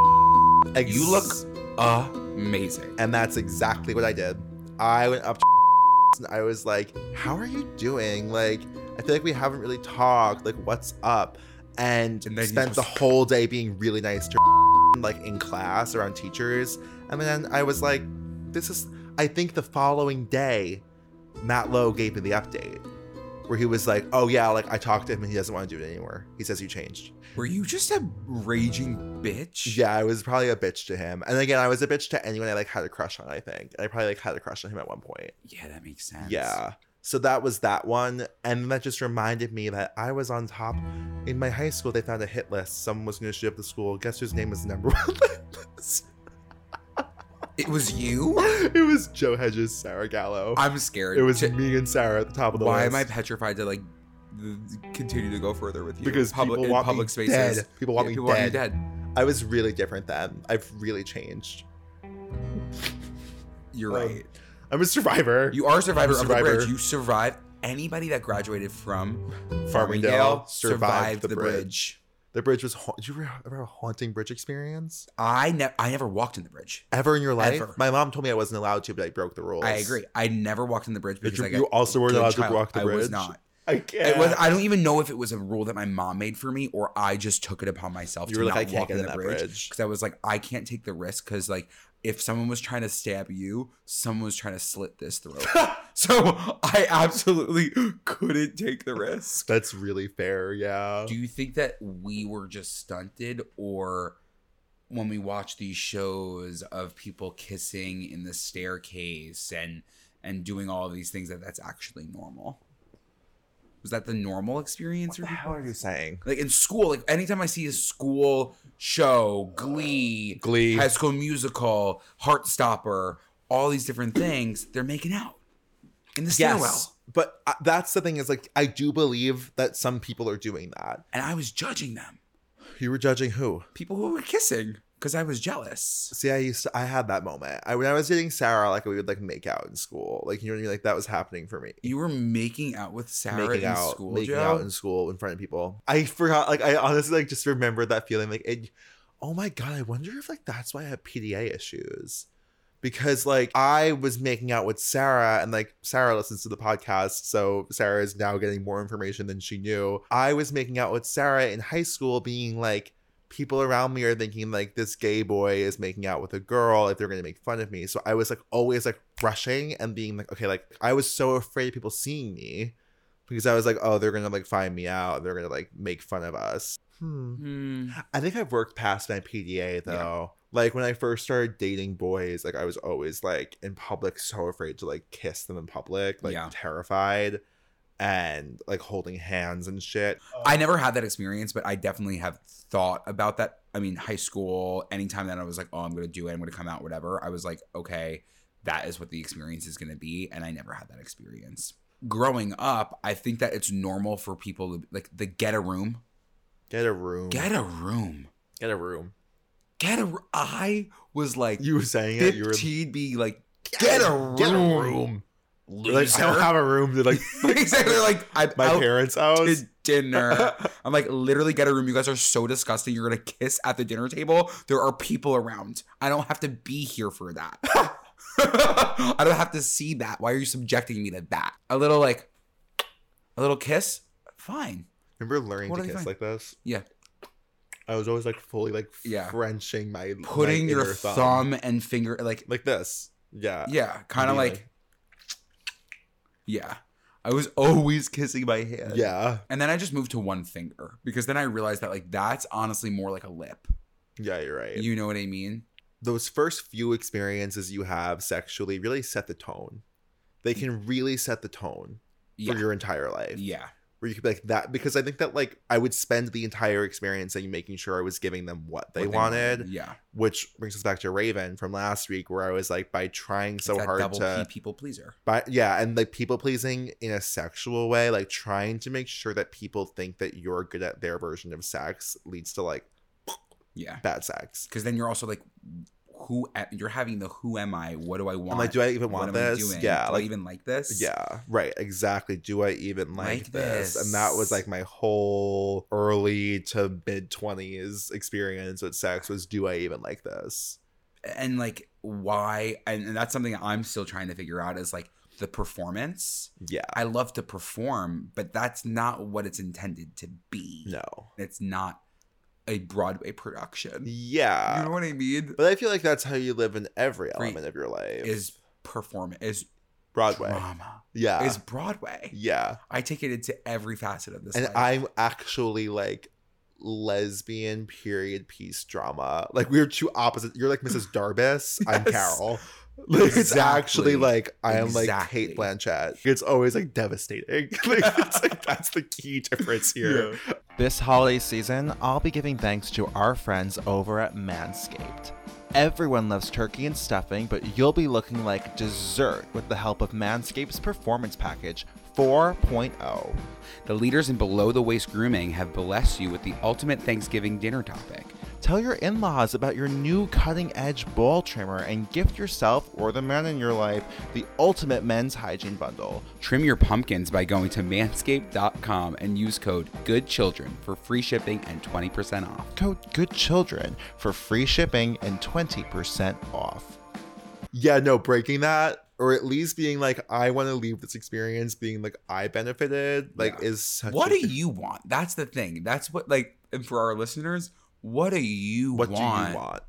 Speaker 2: Ex-
Speaker 1: you look- amazing.
Speaker 2: and that's exactly what I did. I went up to [laughs] and I was like, how are you doing? Like, I feel like we haven't really talked. Like, what's up? And,
Speaker 1: And then he
Speaker 2: spent the
Speaker 1: was-
Speaker 2: whole day being really nice to [laughs] like in class around teachers. And then I was like, this is, I think the following day, Matt Lowe gave me the update where he was like, oh yeah, like I talked to him and he doesn't want to do it anymore. He says you changed.
Speaker 1: Were you just a raging bitch?
Speaker 2: Yeah, I was probably a bitch to him. And again, I was a bitch to anyone I like had a crush on, I think. And I probably like had a crush on him at one point.
Speaker 1: Yeah, that makes sense.
Speaker 2: Yeah. So that was that one. And that just reminded me that I was on top. In my high school, they found a hit list. Someone was going to shoot up the school. Guess whose name was number [laughs] one on the hit list?
Speaker 1: It was you?
Speaker 2: It was Joe Hedges, Sarah Gallo.
Speaker 1: I'm scared.
Speaker 2: It was
Speaker 1: Ch-
Speaker 2: me and Sarah at the top of the
Speaker 1: Why
Speaker 2: list.
Speaker 1: am I petrified to like th- continue to go further with you?
Speaker 2: Because
Speaker 1: public
Speaker 2: people
Speaker 1: in
Speaker 2: want
Speaker 1: public
Speaker 2: me
Speaker 1: spaces.
Speaker 2: dead. People want
Speaker 1: Yeah,
Speaker 2: me
Speaker 1: people
Speaker 2: dead.
Speaker 1: want you dead.
Speaker 2: I was really different then. I've really changed.
Speaker 1: You're
Speaker 2: Um,
Speaker 1: right.
Speaker 2: I'm a survivor.
Speaker 1: You are a survivor,
Speaker 2: I'm a
Speaker 1: of the
Speaker 2: survivor.
Speaker 1: bridge. You survived. Anybody that graduated from
Speaker 2: Farmingdale
Speaker 1: Farmingdale survived the, bridge.
Speaker 2: The bridge was. Ha- Do you ever have a haunting bridge experience
Speaker 1: I never, I never walked in the bridge.
Speaker 2: ever in your life?
Speaker 1: Ever.
Speaker 2: My mom told me I wasn't allowed to, but I broke the rules.
Speaker 1: I agree. I never walked in the bridge
Speaker 2: But
Speaker 1: because
Speaker 2: you,
Speaker 1: I got
Speaker 2: you also weren't
Speaker 1: good
Speaker 2: allowed
Speaker 1: child.
Speaker 2: to walk the bridge.
Speaker 1: I was not.
Speaker 2: I
Speaker 1: It
Speaker 2: can't.
Speaker 1: was, I don't even know if it was a rule that my mom made for me or I just took it upon myself
Speaker 2: you
Speaker 1: to
Speaker 2: were like,
Speaker 1: not
Speaker 2: I can't
Speaker 1: walk
Speaker 2: get
Speaker 1: in
Speaker 2: in
Speaker 1: the
Speaker 2: that
Speaker 1: bridge.
Speaker 2: bridge.
Speaker 1: because I was like, I can't take the risk because like if someone was trying to stab you, someone was trying to slit this
Speaker 2: [laughs]
Speaker 1: throat. so I absolutely couldn't take the risk.
Speaker 2: That's really fair. Yeah.
Speaker 1: Do you think that we were just stunted or when we watch these shows of people kissing in the staircase and and doing all of these things that that's actually normal? Was that the normal experience?
Speaker 2: what
Speaker 1: for
Speaker 2: the hell
Speaker 1: people?
Speaker 2: are you saying?
Speaker 1: Like in school, like anytime I see a school show, Glee,
Speaker 2: Glee.
Speaker 1: High School Musical, Heartstopper, all these different things, they're making out in the stairwell.
Speaker 2: But uh, that's the thing is like I do believe that some people are doing that.
Speaker 1: And I was judging them,
Speaker 2: You were judging who?
Speaker 1: people who were kissing, because I was jealous.
Speaker 2: See, I used to, I had that moment. I when I was dating Sarah, like we would like make out in school. Like you know what I mean? Like that was happening for me.
Speaker 1: You were making out with Sarah
Speaker 2: making
Speaker 1: in
Speaker 2: out,
Speaker 1: school,
Speaker 2: making
Speaker 1: Joe?
Speaker 2: out in school in front of people. I forgot. Like I honestly like just remembered that feeling. Like, it, oh my god, I wonder if like that's why I have PDA issues, because like I was making out with Sarah, and like Sarah listens to the podcast, so Sarah is now getting more information than she knew. I was making out with Sarah in high school, being like. People around me are thinking like this gay boy is making out with a girl if they're gonna make fun of me. So I was like always like rushing and being like, okay, like I was so afraid of people seeing me because I was like, oh, they're gonna like find me out. They're gonna like make fun of us. Hmm.
Speaker 1: Hmm.
Speaker 2: I think I've worked past my PDA though. Like when I first started dating boys, like I was always like in public, so afraid to like kiss them in public, like
Speaker 1: Yeah.
Speaker 2: terrified, and like holding hands and shit.
Speaker 1: I never had that experience, but I definitely have thought about that. I mean, high school, anytime that I was like, oh, I'm going to do it, I'm going to come out, whatever, I was like, okay, that is what the experience is going to be. And I never had that experience. Growing up, I think that it's normal for people to, like, the get a room.
Speaker 2: Get a room.
Speaker 1: Get a room.
Speaker 2: Get a room.
Speaker 1: Get a r- I was like,
Speaker 2: You were saying it. You were
Speaker 1: 15 being like, get a room.
Speaker 2: Get a room.
Speaker 1: Loser.
Speaker 2: You're Like I don't have a room to like
Speaker 1: [laughs] exactly. Like, I'm
Speaker 2: my
Speaker 1: out
Speaker 2: parents'
Speaker 1: to
Speaker 2: house. [laughs]
Speaker 1: dinner. I'm like, literally get a room. You guys are so disgusting. You're gonna kiss at the dinner table. There are people around. I don't have to be here for
Speaker 2: [laughs]
Speaker 1: that. I don't have to see that. Why are you subjecting me to that? A little like a little kiss? Fine.
Speaker 2: Remember learning
Speaker 1: What
Speaker 2: to
Speaker 1: do they
Speaker 2: kiss
Speaker 1: find?
Speaker 2: like this?
Speaker 1: Yeah.
Speaker 2: I was always like fully like
Speaker 1: Yeah.
Speaker 2: Frenching my
Speaker 1: Putting
Speaker 2: my
Speaker 1: your
Speaker 2: inner
Speaker 1: thumb. and finger like
Speaker 2: like this. Yeah.
Speaker 1: yeah, kind of
Speaker 2: Be
Speaker 1: like yeah. I was always kissing my hand.
Speaker 2: yeah.
Speaker 1: And then I just moved to one finger because then I realized that like that's honestly more like a lip.
Speaker 2: Yeah, you're right.
Speaker 1: You know what I mean?
Speaker 2: Those first few experiences you have sexually really set the tone. They can really set the tone
Speaker 1: Yeah.
Speaker 2: for your entire life.
Speaker 1: Yeah.
Speaker 2: Where you could be like that because I think that like I would spend the entire experience like making sure I was giving them what they
Speaker 1: What
Speaker 2: wanted,
Speaker 1: Yeah.
Speaker 2: which brings us back to Raven from last week where I was like by trying so
Speaker 1: It's that
Speaker 2: hard
Speaker 1: double
Speaker 2: to
Speaker 1: P people pleaser.
Speaker 2: But yeah, and like people pleasing in a sexual way, like trying to make sure that people think that you're good at their version of sex leads to like
Speaker 1: Yeah,
Speaker 2: bad sex.
Speaker 1: because then you're also like, who a- you're having the who am I? What do I want?
Speaker 2: I'm like, do I even
Speaker 1: What
Speaker 2: want
Speaker 1: am I
Speaker 2: this?
Speaker 1: doing?
Speaker 2: Yeah,
Speaker 1: do I
Speaker 2: like
Speaker 1: even like this?
Speaker 2: yeah, right, exactly. Do I even like,
Speaker 1: Like
Speaker 2: this?
Speaker 1: this.
Speaker 2: And that was like my whole early to mid twenties experience with sex was, do I even like this?
Speaker 1: and like why? And, and that's something I'm still trying to figure out is like the performance.
Speaker 2: Yeah,
Speaker 1: I love to perform, but that's not what it's intended to be.
Speaker 2: no,
Speaker 1: it's not a Broadway production.
Speaker 2: yeah.
Speaker 1: you know what I mean?
Speaker 2: but I feel like that's how you live in every
Speaker 1: Free-
Speaker 2: element of your life.
Speaker 1: Is perform is
Speaker 2: Broadway?
Speaker 1: drama
Speaker 2: Yeah,
Speaker 1: is Broadway.
Speaker 2: yeah.
Speaker 1: I take it into every facet of this.
Speaker 2: and
Speaker 1: life.
Speaker 2: I'm actually like lesbian period piece drama. Like we're two opposite. You're like Mrs.
Speaker 1: [laughs]
Speaker 2: Darbus. I'm
Speaker 1: Yes.
Speaker 2: Carol. Like, It's actually
Speaker 1: Exactly.
Speaker 2: like I am like
Speaker 1: Exactly.
Speaker 2: Kate Blanchett. It's always like devastating. [laughs] like, it's like that's the key difference here.
Speaker 3: This holiday season, I'll be giving thanks to our friends over at Manscaped. Everyone loves turkey and stuffing, but you'll be looking like dessert with the help of Manscaped's Performance Package oh. 4.0.
Speaker 1: The leaders in below the waist grooming have blessed you with the ultimate Thanksgiving dinner topic.
Speaker 3: Tell your in laws about your new cutting edge ball trimmer and gift yourself or the man in your life the ultimate men's hygiene bundle.
Speaker 1: Trim your pumpkins by going to manscaped.com and use code GOODCHILDREN for free shipping and 20% off.
Speaker 3: Code Good Children for free shipping and 20% off.
Speaker 2: Yeah, no, breaking that or at least being like, I want to leave this experience being like, I benefited, like, is such
Speaker 1: what
Speaker 2: a
Speaker 1: do you want? That's the thing. That's what like and for our listeners, what do you
Speaker 2: what
Speaker 1: want?
Speaker 2: do you want?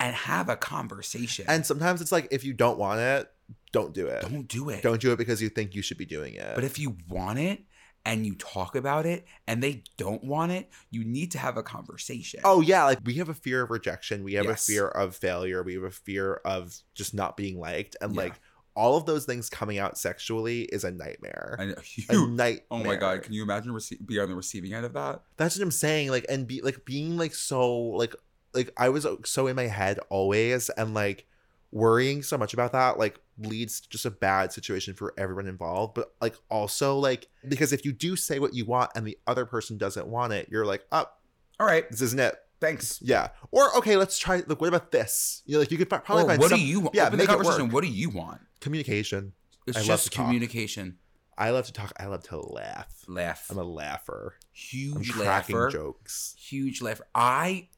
Speaker 1: And have a conversation.
Speaker 2: And sometimes it's like, if you don't want it, don't do it. Don't,
Speaker 1: don't do it.
Speaker 2: do it because you think you should be doing it.
Speaker 1: But if you want it and you talk about it and they don't want it, you need to have a conversation.
Speaker 2: oh yeah, like we have a fear of rejection, we have
Speaker 1: Yes.
Speaker 2: a fear of failure, we have a fear of just not being liked, and
Speaker 1: Yeah.
Speaker 2: like all of those things coming out sexually is a nightmare.
Speaker 1: and
Speaker 2: a
Speaker 1: you,
Speaker 2: nightmare.
Speaker 1: oh my god, can you imagine rece- be on the receiving end of that?
Speaker 2: That's what I'm saying. Like and be like being like so like like I was so in my head always and like worrying so much about that like leads to just a bad situation for everyone involved. But like also like because if you do say what you want and the other person doesn't want it, you're like, up,
Speaker 1: All right,
Speaker 2: this isn't it.
Speaker 1: thanks.
Speaker 2: Yeah. Or okay, let's try like what about this? You know, like you could fi- probably
Speaker 1: Or
Speaker 2: find
Speaker 1: what
Speaker 2: some
Speaker 1: do you want?
Speaker 2: yeah,
Speaker 1: Open the
Speaker 2: make it
Speaker 1: conversation.
Speaker 2: work.
Speaker 1: What do you want?
Speaker 2: communication.
Speaker 1: It's
Speaker 2: I love
Speaker 1: just
Speaker 2: to talk.
Speaker 1: communication.
Speaker 2: I love to talk. I love to laugh.
Speaker 1: Laugh.
Speaker 2: I'm a laugher. I'm
Speaker 1: huge
Speaker 2: cracking
Speaker 1: laugher.
Speaker 2: jokes.
Speaker 1: Huge laugher. I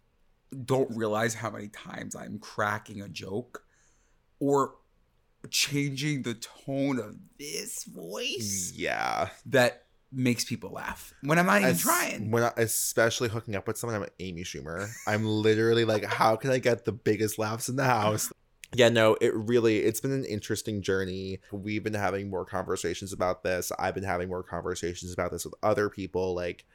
Speaker 1: don't realize how many times I'm cracking a joke or changing the tone of this voice
Speaker 2: Yeah.
Speaker 1: that makes people laugh when I'm not even
Speaker 2: As-
Speaker 1: trying.
Speaker 2: When I, especially hooking up with someone, I'm Amy Schumer. I'm literally like, how can I get the biggest laughs in the house? Yeah, no, it really it's been an interesting journey. We've been having more conversations about this. I've been having more conversations about this with other people. Like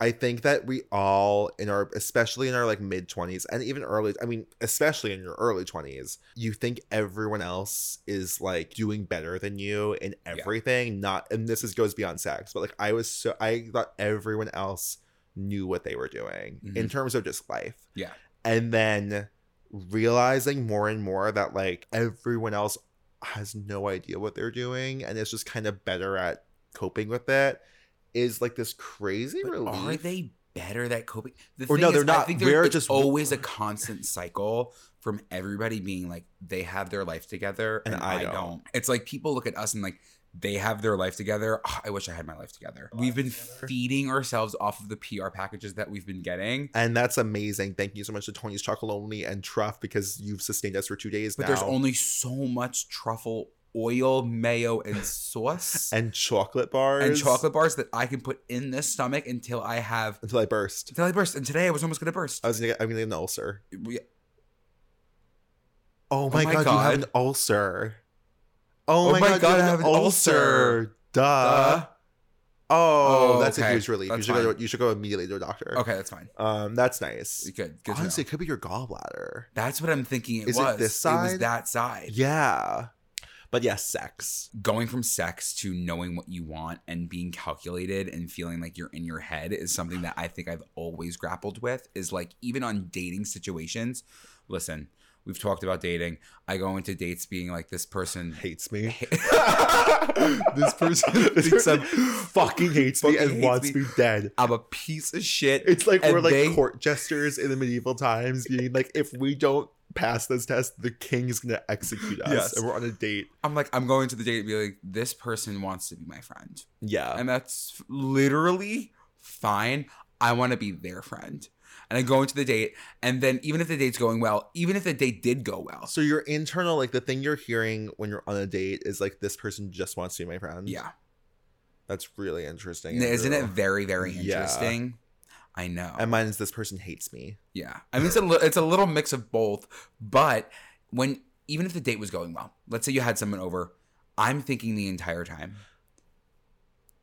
Speaker 2: I think that we all in our especially in our like mid 20s and even early I mean, especially in your early 20s, you think everyone else is like doing better than you in everything, not and this is goes beyond sex, but like I was so I thought everyone else knew what they were doing in
Speaker 1: Mhm.
Speaker 2: terms of just life.
Speaker 1: Yeah.
Speaker 2: And then realizing more and more that like everyone else has no idea what they're doing and is just kind of better at coping with it is like this crazy
Speaker 1: But
Speaker 2: relief.
Speaker 1: are they better that coping? The
Speaker 2: Or no,
Speaker 1: thing
Speaker 2: they're
Speaker 1: is, I
Speaker 2: not.
Speaker 1: think there-
Speaker 2: We're
Speaker 1: it's
Speaker 2: just-
Speaker 1: always a constant cycle from everybody being like they have their life together and, I, don't. It's like people look at us and like they have their life together. Ah, I wish I had my life together. We've been feeding ourselves off of the PR packages that we've been getting.
Speaker 2: and that's amazing. Thank you so much to Tony's Chocolonely and Truff because you've sustained us for two days
Speaker 1: But
Speaker 2: now.
Speaker 1: there's only so much truffle oil, mayo,
Speaker 2: [laughs]
Speaker 1: and sauce and,
Speaker 2: and chocolate bars
Speaker 1: chocolate bars that I can put in this stomach until I have
Speaker 2: until I burst.
Speaker 1: until I burst. And today I was almost gonna burst.
Speaker 2: I was gonna get, I'm gonna get an ulcer.
Speaker 1: We-
Speaker 2: Oh my,
Speaker 1: my
Speaker 2: god, you have
Speaker 1: God.
Speaker 2: an ulcer. Oh, my, god, you have an ulcer. Duh.
Speaker 1: Uh,
Speaker 2: Oh,
Speaker 1: Oh,
Speaker 2: that's
Speaker 1: okay.
Speaker 2: a huge relief.
Speaker 1: That's
Speaker 2: you should go.
Speaker 1: fine.
Speaker 2: To, you should go immediately to a doctor.
Speaker 1: okay, that's fine.
Speaker 2: Um, that's nice.
Speaker 1: Good. good to
Speaker 2: Honestly,
Speaker 1: know.
Speaker 2: it could be your gallbladder.
Speaker 1: that's what I'm thinking. It
Speaker 2: Is it
Speaker 1: was
Speaker 2: this
Speaker 1: It was
Speaker 2: side?
Speaker 1: that side.
Speaker 2: Yeah. But yes, sex.
Speaker 1: Going from sex to knowing what you want and being calculated and feeling like you're in your head is something that I think I've always grappled with. Is like even on dating situations. Listen, we've talked about dating. I go into dates being like this person.
Speaker 2: Hates me.
Speaker 1: this
Speaker 2: [laughs]
Speaker 1: [laughs]
Speaker 2: this person thinks I'm fucking hates me
Speaker 1: Fucking
Speaker 2: and
Speaker 1: hates
Speaker 2: wants
Speaker 1: me.
Speaker 2: me. dead.
Speaker 1: I'm a piece of shit.
Speaker 2: It's like
Speaker 1: And
Speaker 2: we're like
Speaker 1: they-
Speaker 2: court jesters in the medieval times, being like, if we don't pass this test, the king's gonna execute us,
Speaker 1: Yes.
Speaker 2: and we're on a date.
Speaker 1: I'm like I'm going to the date and be like this person wants to be my friend.
Speaker 2: Yeah.
Speaker 1: and that's f- literally fine. I want to be their friend. And I go into the date, and then even if the date's going well, even if the date did go well,
Speaker 2: So your internal, like the thing you're hearing when you're on a date is like this person just wants to be my friend.
Speaker 1: yeah,
Speaker 2: That's really interesting.
Speaker 1: isn't it
Speaker 2: Andrew.
Speaker 1: very very
Speaker 2: Yeah.
Speaker 1: interesting? I know.
Speaker 2: And mine is this person hates me.
Speaker 1: yeah, I mean it's a li- it's a little mix of both, but when even if the date was going well, let's say you had someone over, I'm thinking the entire time,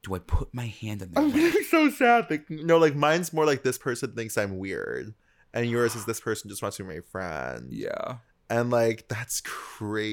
Speaker 1: do I put my hand
Speaker 2: [laughs]
Speaker 1: on their
Speaker 2: I'm
Speaker 1: neck?
Speaker 2: getting so sad. Like no, like mine's more like this person thinks I'm weird, and yours is this person just wants to be my friend.
Speaker 1: Yeah.
Speaker 2: And like that's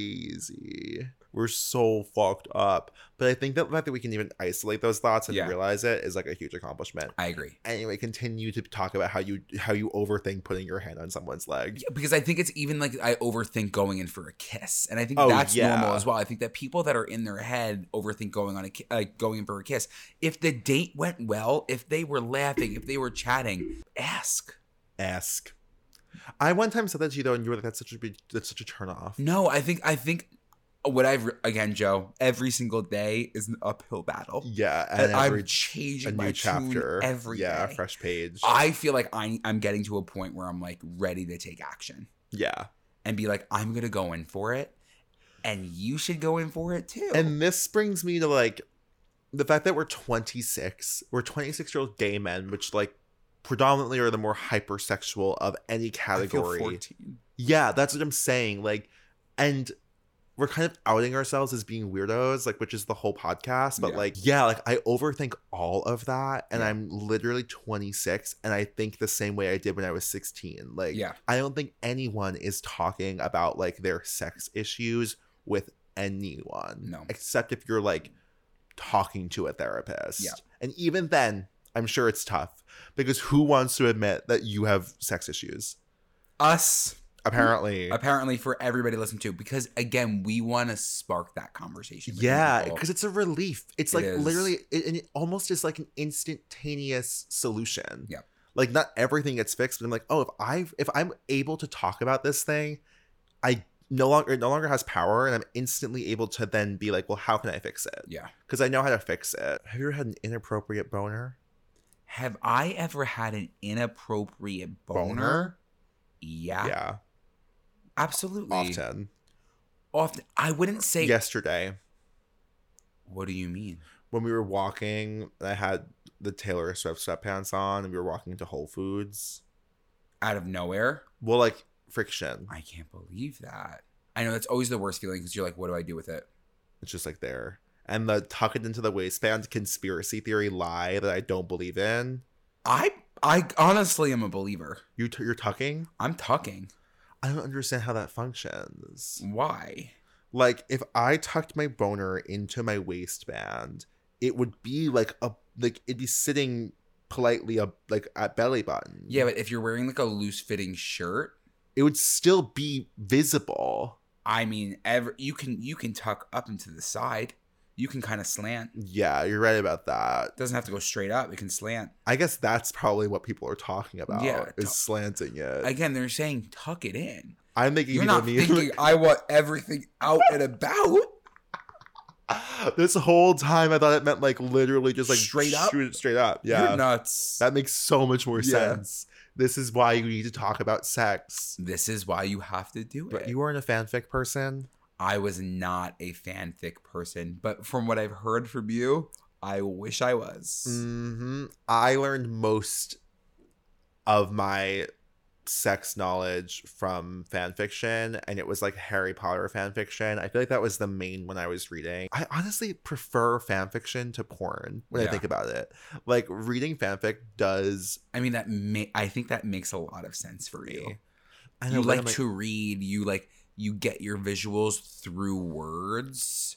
Speaker 2: crazy. We're so fucked up. But I think that the fact that we can even isolate those thoughts and
Speaker 1: Yeah.
Speaker 2: realize it is like a huge accomplishment.
Speaker 1: I agree.
Speaker 2: Anyway, continue to talk about how you how you overthink putting your hand on someone's leg.
Speaker 1: Yeah, because I think it's even like I overthink going in for a kiss, and I think
Speaker 2: Oh,
Speaker 1: that's
Speaker 2: yeah.
Speaker 1: normal as well. I think that people that are in their head overthink going on a ki- like going in for a kiss. If the date went well, if they were laughing, if they were chatting, ask.
Speaker 2: Ask. I one time said that to you though, and you were like, "That's such a big, that's such a turn off."
Speaker 1: No, I think I think what I've re- again, Joe. Every single day is an uphill battle,
Speaker 2: Yeah,
Speaker 1: and,
Speaker 2: and every
Speaker 1: I'm
Speaker 2: a
Speaker 1: changing my
Speaker 2: new chapter
Speaker 1: chapter every
Speaker 2: yeah,
Speaker 1: day.
Speaker 2: fresh page.
Speaker 1: I feel like I, I'm getting to a point where I'm like ready to take action
Speaker 2: yeah,
Speaker 1: and be like, I'm gonna go in for it. and you should go in for it too.
Speaker 2: And this brings me to like the fact that we're 26, we're 26 year old gay men, which like predominantly are the more hypersexual of any
Speaker 1: I feel
Speaker 2: category.
Speaker 1: 14.
Speaker 2: Yeah, that's what I'm saying. Like, and we're kind of outing ourselves as being weirdos, like, which is the whole podcast. But
Speaker 1: Yeah.
Speaker 2: like, yeah, like I overthink all of that. And
Speaker 1: Yeah.
Speaker 2: I'm literally 26 and I think the same way I did when I was 16. Like,
Speaker 1: Yeah.
Speaker 2: I don't think anyone is talking about like their sex issues with anyone.
Speaker 1: No.
Speaker 2: Except if you're like talking to a therapist.
Speaker 1: Yeah.
Speaker 2: And even then, I'm sure it's tough because who wants to admit that you have sex issues?
Speaker 1: Us
Speaker 2: Apparently.
Speaker 1: apparently for everybody to listen to because again we want to spark that conversation. between
Speaker 2: Yeah,
Speaker 1: people.
Speaker 2: because it's a relief. It's
Speaker 1: It
Speaker 2: like
Speaker 1: is.
Speaker 2: literally, it, and it almost is like an instantaneous solution.
Speaker 1: Yeah.
Speaker 2: Like not everything gets fixed, but I'm like, oh, if I if I'm able to talk about this thing, I no longer it no longer has power, and I'm instantly able to then be like, well, how can I fix it?
Speaker 1: yeah.
Speaker 2: Because I know how to fix it. Have you ever had an inappropriate boner?
Speaker 1: Have I ever had an inappropriate boner? Yeah,
Speaker 2: Yeah,
Speaker 1: absolutely.
Speaker 2: often.
Speaker 1: Often. I wouldn't say.
Speaker 2: Yesterday,
Speaker 1: What do you mean?
Speaker 2: when we were walking, I had the Taylor Swift sweatpants on, and we were walking to Whole Foods.
Speaker 1: Out of nowhere?
Speaker 2: Well, like friction.
Speaker 1: I can't believe that. I know that's always the worst feeling because you're like, what do I do with it?
Speaker 2: It's just like there. And the tuck it into the waistband conspiracy theory lie that I don't believe in.
Speaker 1: I I honestly am a believer.
Speaker 2: You t- you're tucking?
Speaker 1: I'm tucking.
Speaker 2: I don't understand how that functions.
Speaker 1: Why?
Speaker 2: Like if I tucked my boner into my waistband, it would be like a like it'd be sitting politely up like at belly button.
Speaker 1: Yeah, but if you're wearing like a loose fitting shirt,
Speaker 2: it would still be visible.
Speaker 1: I mean, ever you can you can tuck up into the side. You can kind of slant.
Speaker 2: Yeah, you're right about that.
Speaker 1: It doesn't have to go straight up. It can slant.
Speaker 2: I guess that's probably what people are talking about.
Speaker 1: Yeah, tu-
Speaker 2: is slanting it.
Speaker 1: Again, they're saying tuck it in.
Speaker 2: I, am thinking
Speaker 1: You're
Speaker 2: people
Speaker 1: not
Speaker 2: need- [laughs]
Speaker 1: thinking I want everything out and about.
Speaker 2: [laughs] this whole time I thought it meant like literally just like
Speaker 1: Straight up?
Speaker 2: shoot it straight up.
Speaker 1: You're
Speaker 2: Yeah.
Speaker 1: nuts.
Speaker 2: That makes so much more
Speaker 1: Yeah.
Speaker 2: sense. This is why you need to talk about sex.
Speaker 1: this is why you have to do
Speaker 2: But
Speaker 1: it.
Speaker 2: you weren't a fanfic person.
Speaker 1: I was not a fanfic person, but from what I've heard from you, I wish I was.
Speaker 2: hmm I learned most of my sex knowledge from fanfiction, and it was like Harry Potter fanfiction. I feel like that was the main one I was reading. I honestly prefer fanfiction to porn when I
Speaker 1: Yeah.
Speaker 2: think about it. Like reading fanfic does.
Speaker 1: I mean, that ma- I think that makes a lot of sense for you.
Speaker 2: I
Speaker 1: you
Speaker 2: what
Speaker 1: like
Speaker 2: am I-
Speaker 1: to read. You like you get your visuals through words.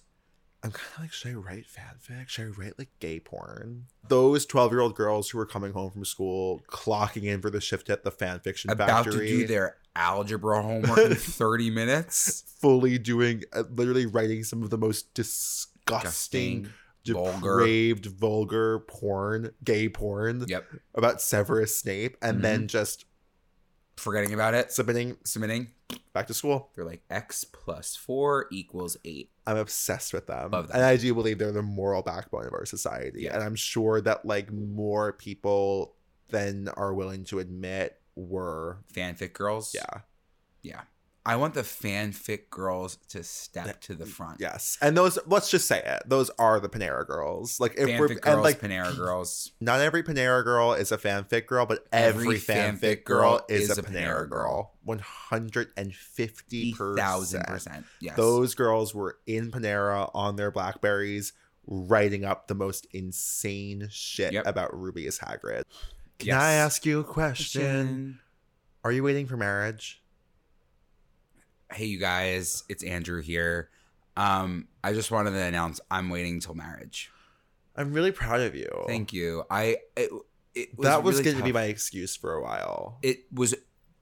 Speaker 2: I'm kind of like, should I write fanfic? Should I write like gay porn? Those 12 year old girls who were coming home from school, clocking in for the shift at the fanfiction
Speaker 1: About
Speaker 2: factory,
Speaker 1: to do their algebra homework
Speaker 2: [laughs]
Speaker 1: in thirty minutes.
Speaker 2: fully doing, uh, literally writing some of the most disgusting,
Speaker 1: Disgusting. vulgar.
Speaker 2: depraved, vulgar. porn, gay porn
Speaker 1: Yep.
Speaker 2: about Severus Snape, and
Speaker 1: Mm-hmm.
Speaker 2: then just
Speaker 1: Forgetting about it.
Speaker 2: submitting
Speaker 1: Submitting.
Speaker 2: back to school.
Speaker 1: They're like x plus four equals eight.
Speaker 2: I'm obsessed with them.
Speaker 1: Love that.
Speaker 2: And I do believe they're the moral backbone of our society.
Speaker 1: Yeah.
Speaker 2: And I'm sure that like more people than are willing to admit were
Speaker 1: Fanfic girls.
Speaker 2: yeah.
Speaker 1: I want the fanfic girls to step to the front.
Speaker 2: Yes. And those let's just say it. Those are the Panera girls. Like if we're
Speaker 1: Fanfic
Speaker 2: and
Speaker 1: girls,
Speaker 2: like
Speaker 1: Panera girls.
Speaker 2: not every Panera girl is a fanfic girl, but every,
Speaker 1: Every
Speaker 2: fanfic,
Speaker 1: fanfic
Speaker 2: girl
Speaker 1: girl
Speaker 2: is,
Speaker 1: is
Speaker 2: a
Speaker 1: a
Speaker 2: Panera,
Speaker 1: Panera
Speaker 2: girl. 150
Speaker 1: thousand
Speaker 2: percent.
Speaker 1: percent. Yes.
Speaker 2: Those girls were in Panera on their Blackberries, writing up the most insane shit
Speaker 1: Yep.
Speaker 2: about Ruby as Hagrid. Can
Speaker 1: Yes.
Speaker 2: I ask you a question? Are you waiting for marriage?
Speaker 1: Hey, you guys, it's Andrew here. Um, I just wanted to announce I'm waiting till marriage.
Speaker 2: I'm really proud of you.
Speaker 1: Thank you. I it, it was
Speaker 2: Oh. that was
Speaker 1: really
Speaker 2: going to be
Speaker 1: tough.
Speaker 2: my excuse for a while.
Speaker 1: It was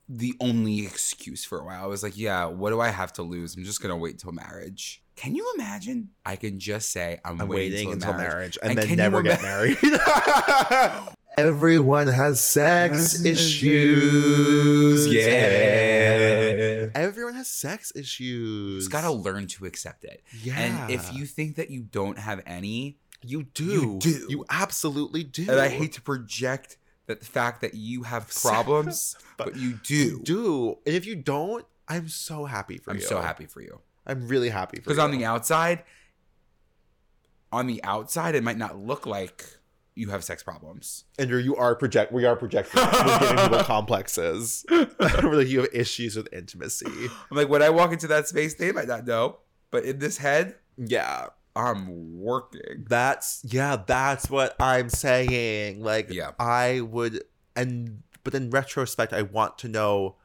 Speaker 1: the only excuse for a while. I was like, yeah, what do I have to lose? I'm just gonna wait till marriage. Can you imagine? I can just say I'm,
Speaker 2: I'm
Speaker 1: waiting,
Speaker 2: waiting until marriage, and,
Speaker 1: And
Speaker 2: then
Speaker 1: can you
Speaker 2: never get married. [laughs] Everyone has sex issues.
Speaker 1: Yeah.
Speaker 2: Everyone has sex issues.
Speaker 1: Just gotta learn to accept it.
Speaker 2: Yeah.
Speaker 1: And if you think that you don't have any,
Speaker 2: You do.
Speaker 1: You do.
Speaker 2: You absolutely do.
Speaker 1: and I hate to project that the fact that you
Speaker 2: [laughs]
Speaker 1: have problems,
Speaker 2: But
Speaker 1: but you
Speaker 2: you
Speaker 1: do.
Speaker 2: do. And if you don't, I'm so happy for
Speaker 1: I'm
Speaker 2: you.
Speaker 1: so happy for you.
Speaker 2: I'm really happy for
Speaker 1: Because on
Speaker 2: you.
Speaker 1: the outside, on the outside, it might not look like you have sex problems.
Speaker 2: and you're, you are project we are projecting we're
Speaker 1: [laughs]
Speaker 2: giving people complexes [laughs] we're like you have issues with intimacy
Speaker 1: I'm like, when I walk into that space, they might not know. But in this head,
Speaker 2: yeah
Speaker 1: I'm working.
Speaker 2: that's yeah that's what i'm saying like
Speaker 1: Yeah.
Speaker 2: i would and but in retrospect i want to know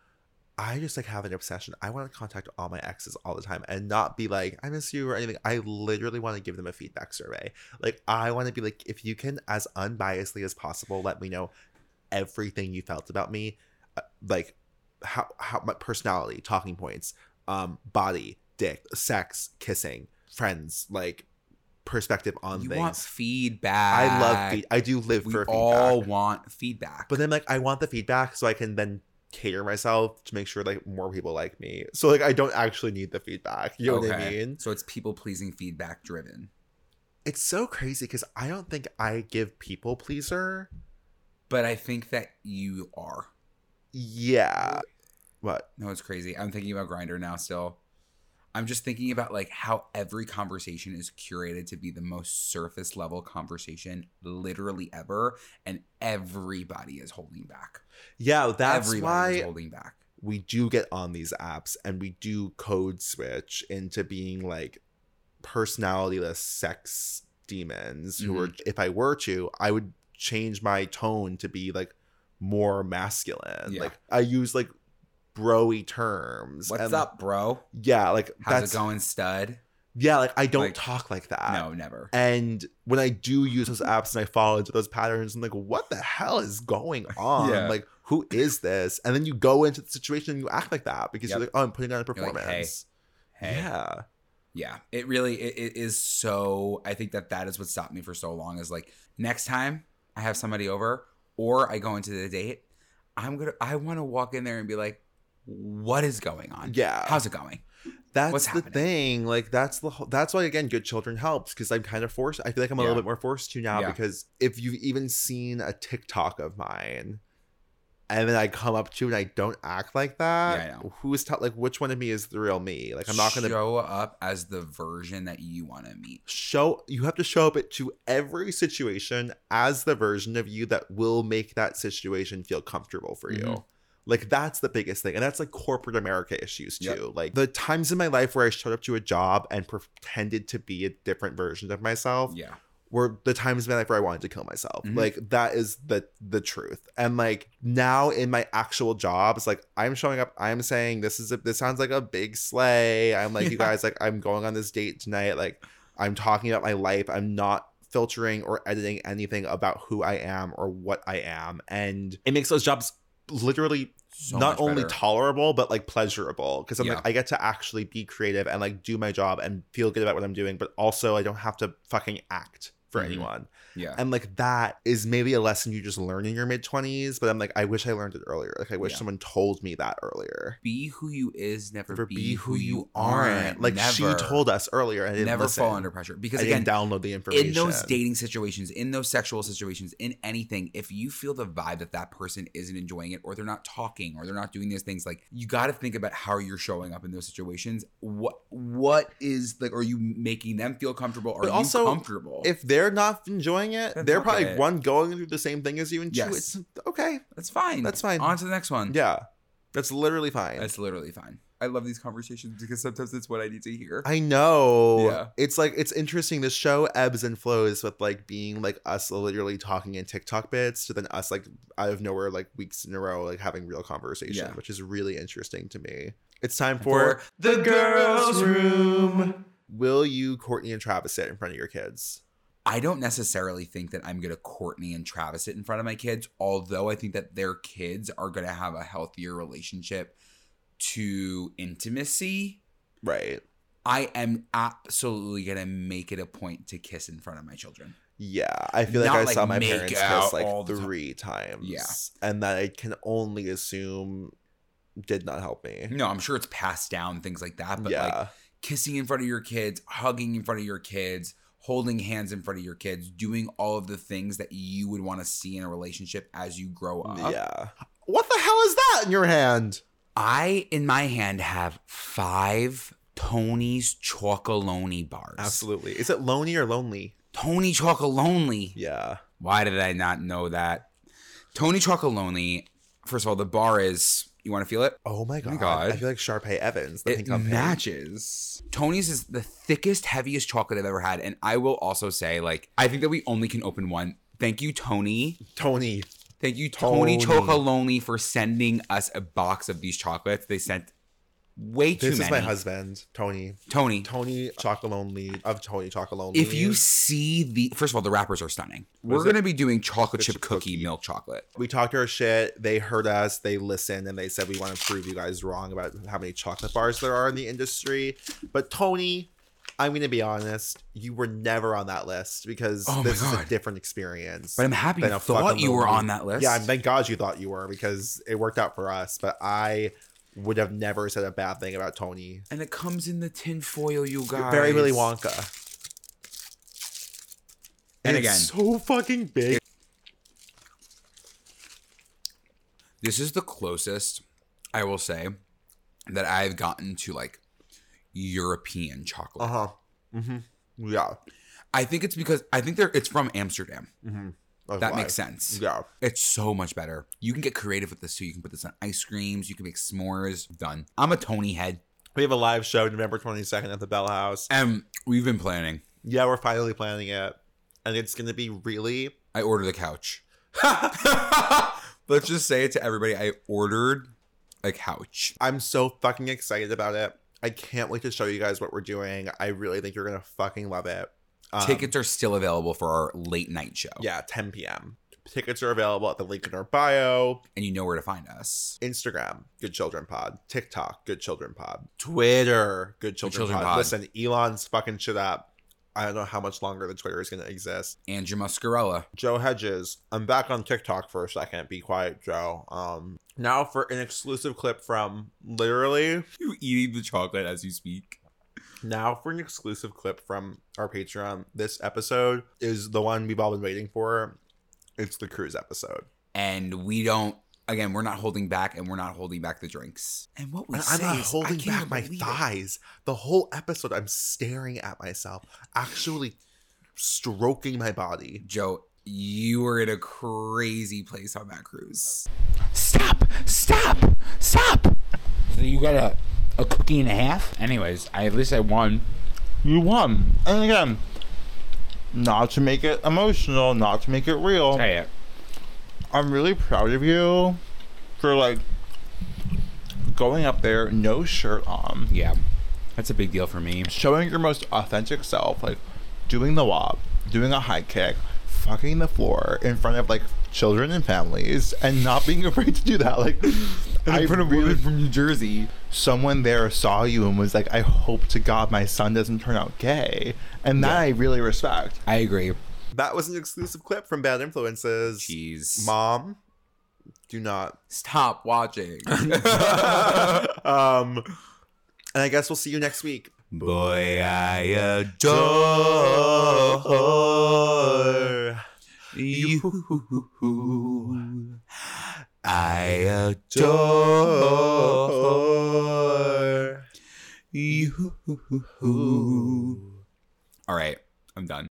Speaker 2: i just like have an obsession i want to contact all my exes all the time and not be like i miss you or anything i literally want to give them a feedback survey like i want to be like if you can as unbiasedly as possible let me know everything you felt about me uh, like how how my personality talking points um body dick sex kissing friends like perspective on
Speaker 1: you
Speaker 2: things
Speaker 1: want feedback.
Speaker 2: i love feed- i do live
Speaker 1: We
Speaker 2: for
Speaker 1: all
Speaker 2: feedback
Speaker 1: want feedback.
Speaker 2: but then like i want the feedback so i can then cater myself to make sure like more people like me so like i don't actually need the feedback you know what i
Speaker 1: Okay.
Speaker 2: mean
Speaker 1: So it's people pleasing feedback driven.
Speaker 2: it's so crazy because i don't think i give people pleaser
Speaker 1: But I think that you are.
Speaker 2: yeah what
Speaker 1: No, it's crazy. I'm thinking about Grinder now still. I'm just thinking about like how every conversation is curated to be the most surface level conversation literally ever, and everybody is holding back.
Speaker 2: yeah that's
Speaker 1: everybody is
Speaker 2: why
Speaker 1: holding back.
Speaker 2: we do get on these apps and we do code switch into being like personalityless sex demons who are
Speaker 1: Mm-hmm.
Speaker 2: if I were to, I would change my tone to be like more masculine.
Speaker 1: Yeah.
Speaker 2: Like I use like broy terms.
Speaker 1: What's
Speaker 2: and-
Speaker 1: up, bro?
Speaker 2: Yeah, like
Speaker 1: How's
Speaker 2: that's
Speaker 1: it going, stud?
Speaker 2: yeah, like I don't
Speaker 1: Like,
Speaker 2: talk like that.
Speaker 1: no, never.
Speaker 2: And when I do use those apps and I fall into those patterns, I'm like, what the hell
Speaker 1: [laughs]
Speaker 2: is going on?
Speaker 1: Yeah.
Speaker 2: Like, who is this? And then you go into the situation and you act like that because you're
Speaker 1: Yep.
Speaker 2: like, oh, I'm putting on a
Speaker 1: You're like,
Speaker 2: performance.
Speaker 1: hey, Hey.
Speaker 2: Yeah.
Speaker 1: Yeah, it really it, it is so. I think that that is what stopped me for so long. Is like next time I have somebody over or I go into the date, I'm gonna I want to walk in there and be like, "What is going on?
Speaker 2: Yeah.
Speaker 1: how's it going?
Speaker 2: that's
Speaker 1: what's
Speaker 2: the
Speaker 1: happening?
Speaker 2: thing. Like, that's the whole, that's why, again, Good Children helps because I'm kind of forced. I feel like I'm a
Speaker 1: Yeah.
Speaker 2: little bit more forced to now
Speaker 1: Yeah.
Speaker 2: because if you've even seen a TikTok of mine and then I come up to you and I don't act like that,
Speaker 1: Yeah, I know.
Speaker 2: who's tell like, which one of me is the real me? Like, I'm not going to
Speaker 1: show up as the version that you want to meet.
Speaker 2: show you have to show up to every situation as the version of you that will make that situation feel comfortable for you
Speaker 1: Mhm.
Speaker 2: like that's the biggest thing and that's like corporate america issues too
Speaker 1: Yep.
Speaker 2: like the times in my life where i showed up to a job and pretended to be a different version of myself
Speaker 1: Yeah,
Speaker 2: were the times in my life where I wanted to kill myself.
Speaker 1: Mhm.
Speaker 2: Like that is the the truth. And like now in my actual job, it's like I'm showing up. I'm saying this is a, this sounds like a big sleigh. I'm [laughs] like you
Speaker 1: Yeah.
Speaker 2: guys like I'm going on this date tonight. Like I'm talking about my life. I'm not filtering or editing anything about who I am or what I am. And it makes those jobs literally
Speaker 1: so much
Speaker 2: not only
Speaker 1: better.
Speaker 2: tolerable but like pleasurable because i'm
Speaker 1: Yeah.
Speaker 2: like i get to actually be creative and like do my job and feel good about what i'm doing but also i don't have to fucking act for
Speaker 1: Mhm.
Speaker 2: anyone
Speaker 1: yeah,
Speaker 2: and like that is maybe a lesson you just learn in your mid-20s but i'm like i wish i learned it earlier like i wish
Speaker 1: Yeah.
Speaker 2: someone told me that earlier
Speaker 1: be who you is, never,
Speaker 2: Never be, who you aren't like she
Speaker 1: Never.
Speaker 2: told us earlier and
Speaker 1: Never fall under
Speaker 2: because
Speaker 1: pressure
Speaker 2: I
Speaker 1: because again,
Speaker 2: didn't download the information
Speaker 1: in those dating situations, in those sexual situations, in anything, if you feel the vibe that that person isn't enjoying it, or they're not talking, or they're not doing these things, like you got to think about how you're showing up in those situations. What what is like? Are you making them feel comfortable? Are
Speaker 2: But
Speaker 1: you
Speaker 2: also,
Speaker 1: comfortable?
Speaker 2: if they're not enjoying it
Speaker 1: Then
Speaker 2: they're
Speaker 1: fuck
Speaker 2: probably
Speaker 1: it.
Speaker 2: one going through the same thing as you and two
Speaker 1: Yes. Mm.
Speaker 2: it's okay
Speaker 1: that's fine.
Speaker 2: that's fine.
Speaker 1: On to the next one.
Speaker 2: yeah that's literally fine
Speaker 1: that's literally fine. I love these conversations because sometimes it's what I need to hear.
Speaker 2: I know.
Speaker 1: Yeah.
Speaker 2: It's like it's interesting. The show ebbs and flows with like being like us literally talking in TikTok bits to then us like out of nowhere like weeks in a row like having real conversation,
Speaker 1: Yeah.
Speaker 2: which is really interesting to me. It's time
Speaker 1: For
Speaker 2: for the girls' room. Will you Courtney and Travis sit in front of your kids?
Speaker 1: I don't necessarily think that I'm going to Courtney and Travis it in front of my kids, although I think that their kids are going to have a healthier relationship to intimacy.
Speaker 2: Right.
Speaker 1: I am absolutely going to make it a point to kiss in front of my children.
Speaker 2: Yeah, I feel like
Speaker 1: Not,
Speaker 2: I
Speaker 1: like,
Speaker 2: saw my
Speaker 1: make
Speaker 2: parents
Speaker 1: out
Speaker 2: kiss like
Speaker 1: all the time.
Speaker 2: three times.
Speaker 1: Yeah.
Speaker 2: and that I can only assume did not help me.
Speaker 1: No, I'm sure it's passed down, things like that, but
Speaker 2: yeah,
Speaker 1: like kissing in front of your kids, hugging in front of your kids, holding hands in front of your kids, doing all of the things that you would want to see in a relationship as you grow up.
Speaker 2: yeah. What the hell is that in your hand?
Speaker 1: I, in my hand, have five Tony's Chocolonely bars.
Speaker 2: Absolutely. Is it lonely or lonely?
Speaker 1: Tony Chocolonely.
Speaker 2: Yeah.
Speaker 1: Why did I not know that? Tony Chocolonely. First of all, the bar is. You want to feel it?
Speaker 2: Oh my god.
Speaker 1: God.
Speaker 2: I feel like Sharpay Evans. The
Speaker 1: It
Speaker 2: pink on pink.
Speaker 1: matches. Tony's is the thickest, heaviest chocolate I've ever had, and I will also say, like, I think that we only can open one. Thank you, Tony.
Speaker 2: Tony.
Speaker 1: Thank you, Tony,
Speaker 2: Tony.
Speaker 1: Chocolonely, for sending us a box of these chocolates. They sent way too
Speaker 2: This
Speaker 1: many.
Speaker 2: is my husband, Tony.
Speaker 1: Tony,
Speaker 2: Tony Chocolonely of Tony Chocolonely.
Speaker 1: if you see the first of all, the wrappers are stunning.
Speaker 2: What is
Speaker 1: We're
Speaker 2: it?
Speaker 1: gonna be doing chocolate
Speaker 2: The
Speaker 1: chip
Speaker 2: chip
Speaker 1: cookie,
Speaker 2: cookie.
Speaker 1: milk chocolate.
Speaker 2: we talked our shit, they heard us, they listened, and they said we want to prove you guys wrong about how many chocolate bars there are in the industry. But Tony, I'm gonna be honest, you were never on that list because
Speaker 1: Oh my
Speaker 2: this is a
Speaker 1: God.
Speaker 2: different experience.
Speaker 1: But I'm happy
Speaker 2: Then
Speaker 1: you
Speaker 2: a fucking
Speaker 1: thought you
Speaker 2: little
Speaker 1: were
Speaker 2: bit-
Speaker 1: on that list.
Speaker 2: yeah, and thank God you thought you were because it worked out for us. But I would have never said a bad thing about Tony.
Speaker 1: and it comes in the tin foil, you guys.
Speaker 2: Very Willy Wonka.
Speaker 1: And
Speaker 2: It's
Speaker 1: again,
Speaker 2: so fucking big.
Speaker 1: this is the closest I will say that I've gotten to like European chocolate.
Speaker 2: Uh huh. hmm Yeah.
Speaker 1: I think it's because I think they're it's from Amsterdam.
Speaker 2: Mm-hmm.
Speaker 1: That makes sense.
Speaker 2: Yeah.
Speaker 1: It's so much better. You can get creative with this too. You can put this on ice creams. You can make s'mores. Done. I'm a Tony head,
Speaker 2: We have a live show November 22nd at the Bell House.
Speaker 1: and Um, we've been planning.
Speaker 2: Yeah, we're finally planning it. And it's going to be really.
Speaker 1: I ordered a couch. [laughs] Let's just say it to everybody. I ordered a couch.
Speaker 2: I'm so fucking excited about it. I can't wait to show you guys what we're doing. I really think you're going to fucking love it. Um,
Speaker 1: Tickets are still available for our late night show.
Speaker 2: Yeah, 10 p.m. Tickets are available at the link in our bio.
Speaker 1: and you know where to find us.
Speaker 2: Instagram, Good Children Pod. TikTok, Good Children Pod. Twitter, Good Children,
Speaker 1: Children
Speaker 2: Pod.
Speaker 1: Pod.
Speaker 2: Listen, Elon's fucking shit up. I don't know how much longer the Twitter is going to exist.
Speaker 1: Andrew
Speaker 2: [laughs]
Speaker 1: Muscarella.
Speaker 2: Joe Hedges. I'm back on TikTok for a second. Be quiet, Joe. Um, now for an exclusive clip from literally
Speaker 1: You eating the chocolate as you speak.
Speaker 2: now for an exclusive clip from our Patreon. This episode is the one we've all been waiting for. It's the cruise episode.
Speaker 1: And we don't. Again, we're not holding back, and we're not holding back the drinks. And what we
Speaker 2: And
Speaker 1: say
Speaker 2: I'm not
Speaker 1: is, I
Speaker 2: holding
Speaker 1: can't
Speaker 2: back
Speaker 1: even
Speaker 2: my
Speaker 1: believe it.
Speaker 2: thighs. The whole episode, I'm staring at myself, actually stroking my body.
Speaker 1: Joe, you were in a crazy place on that cruise. Stop! Stop! Stop! So you got a, a cookie and a half? Anyways, I, at least I won.
Speaker 3: You won. And again, not to make it emotional, not to make it real.
Speaker 1: Try it.
Speaker 3: I'm really proud of you for like going up there, no shirt on,
Speaker 1: Yeah. That's a big deal for me.
Speaker 3: showing your most authentic self, like doing the wop, doing a high kick, fucking the floor in front of like children and families, and not being [laughs] afraid to do that. Like, I really,
Speaker 1: from New Jersey.
Speaker 3: someone there saw you and was like, I hope to God my son doesn't turn out gay, and that I really respect.
Speaker 1: I agree.
Speaker 2: That was an exclusive clip from Bad Influences.
Speaker 1: Jeez.
Speaker 2: Mom, do not [laughs]
Speaker 1: Stop watching.
Speaker 2: um, and I guess we'll see you next week.
Speaker 1: [laughs] Boy, I you. I
Speaker 2: Door.
Speaker 1: you. All right, I'm done.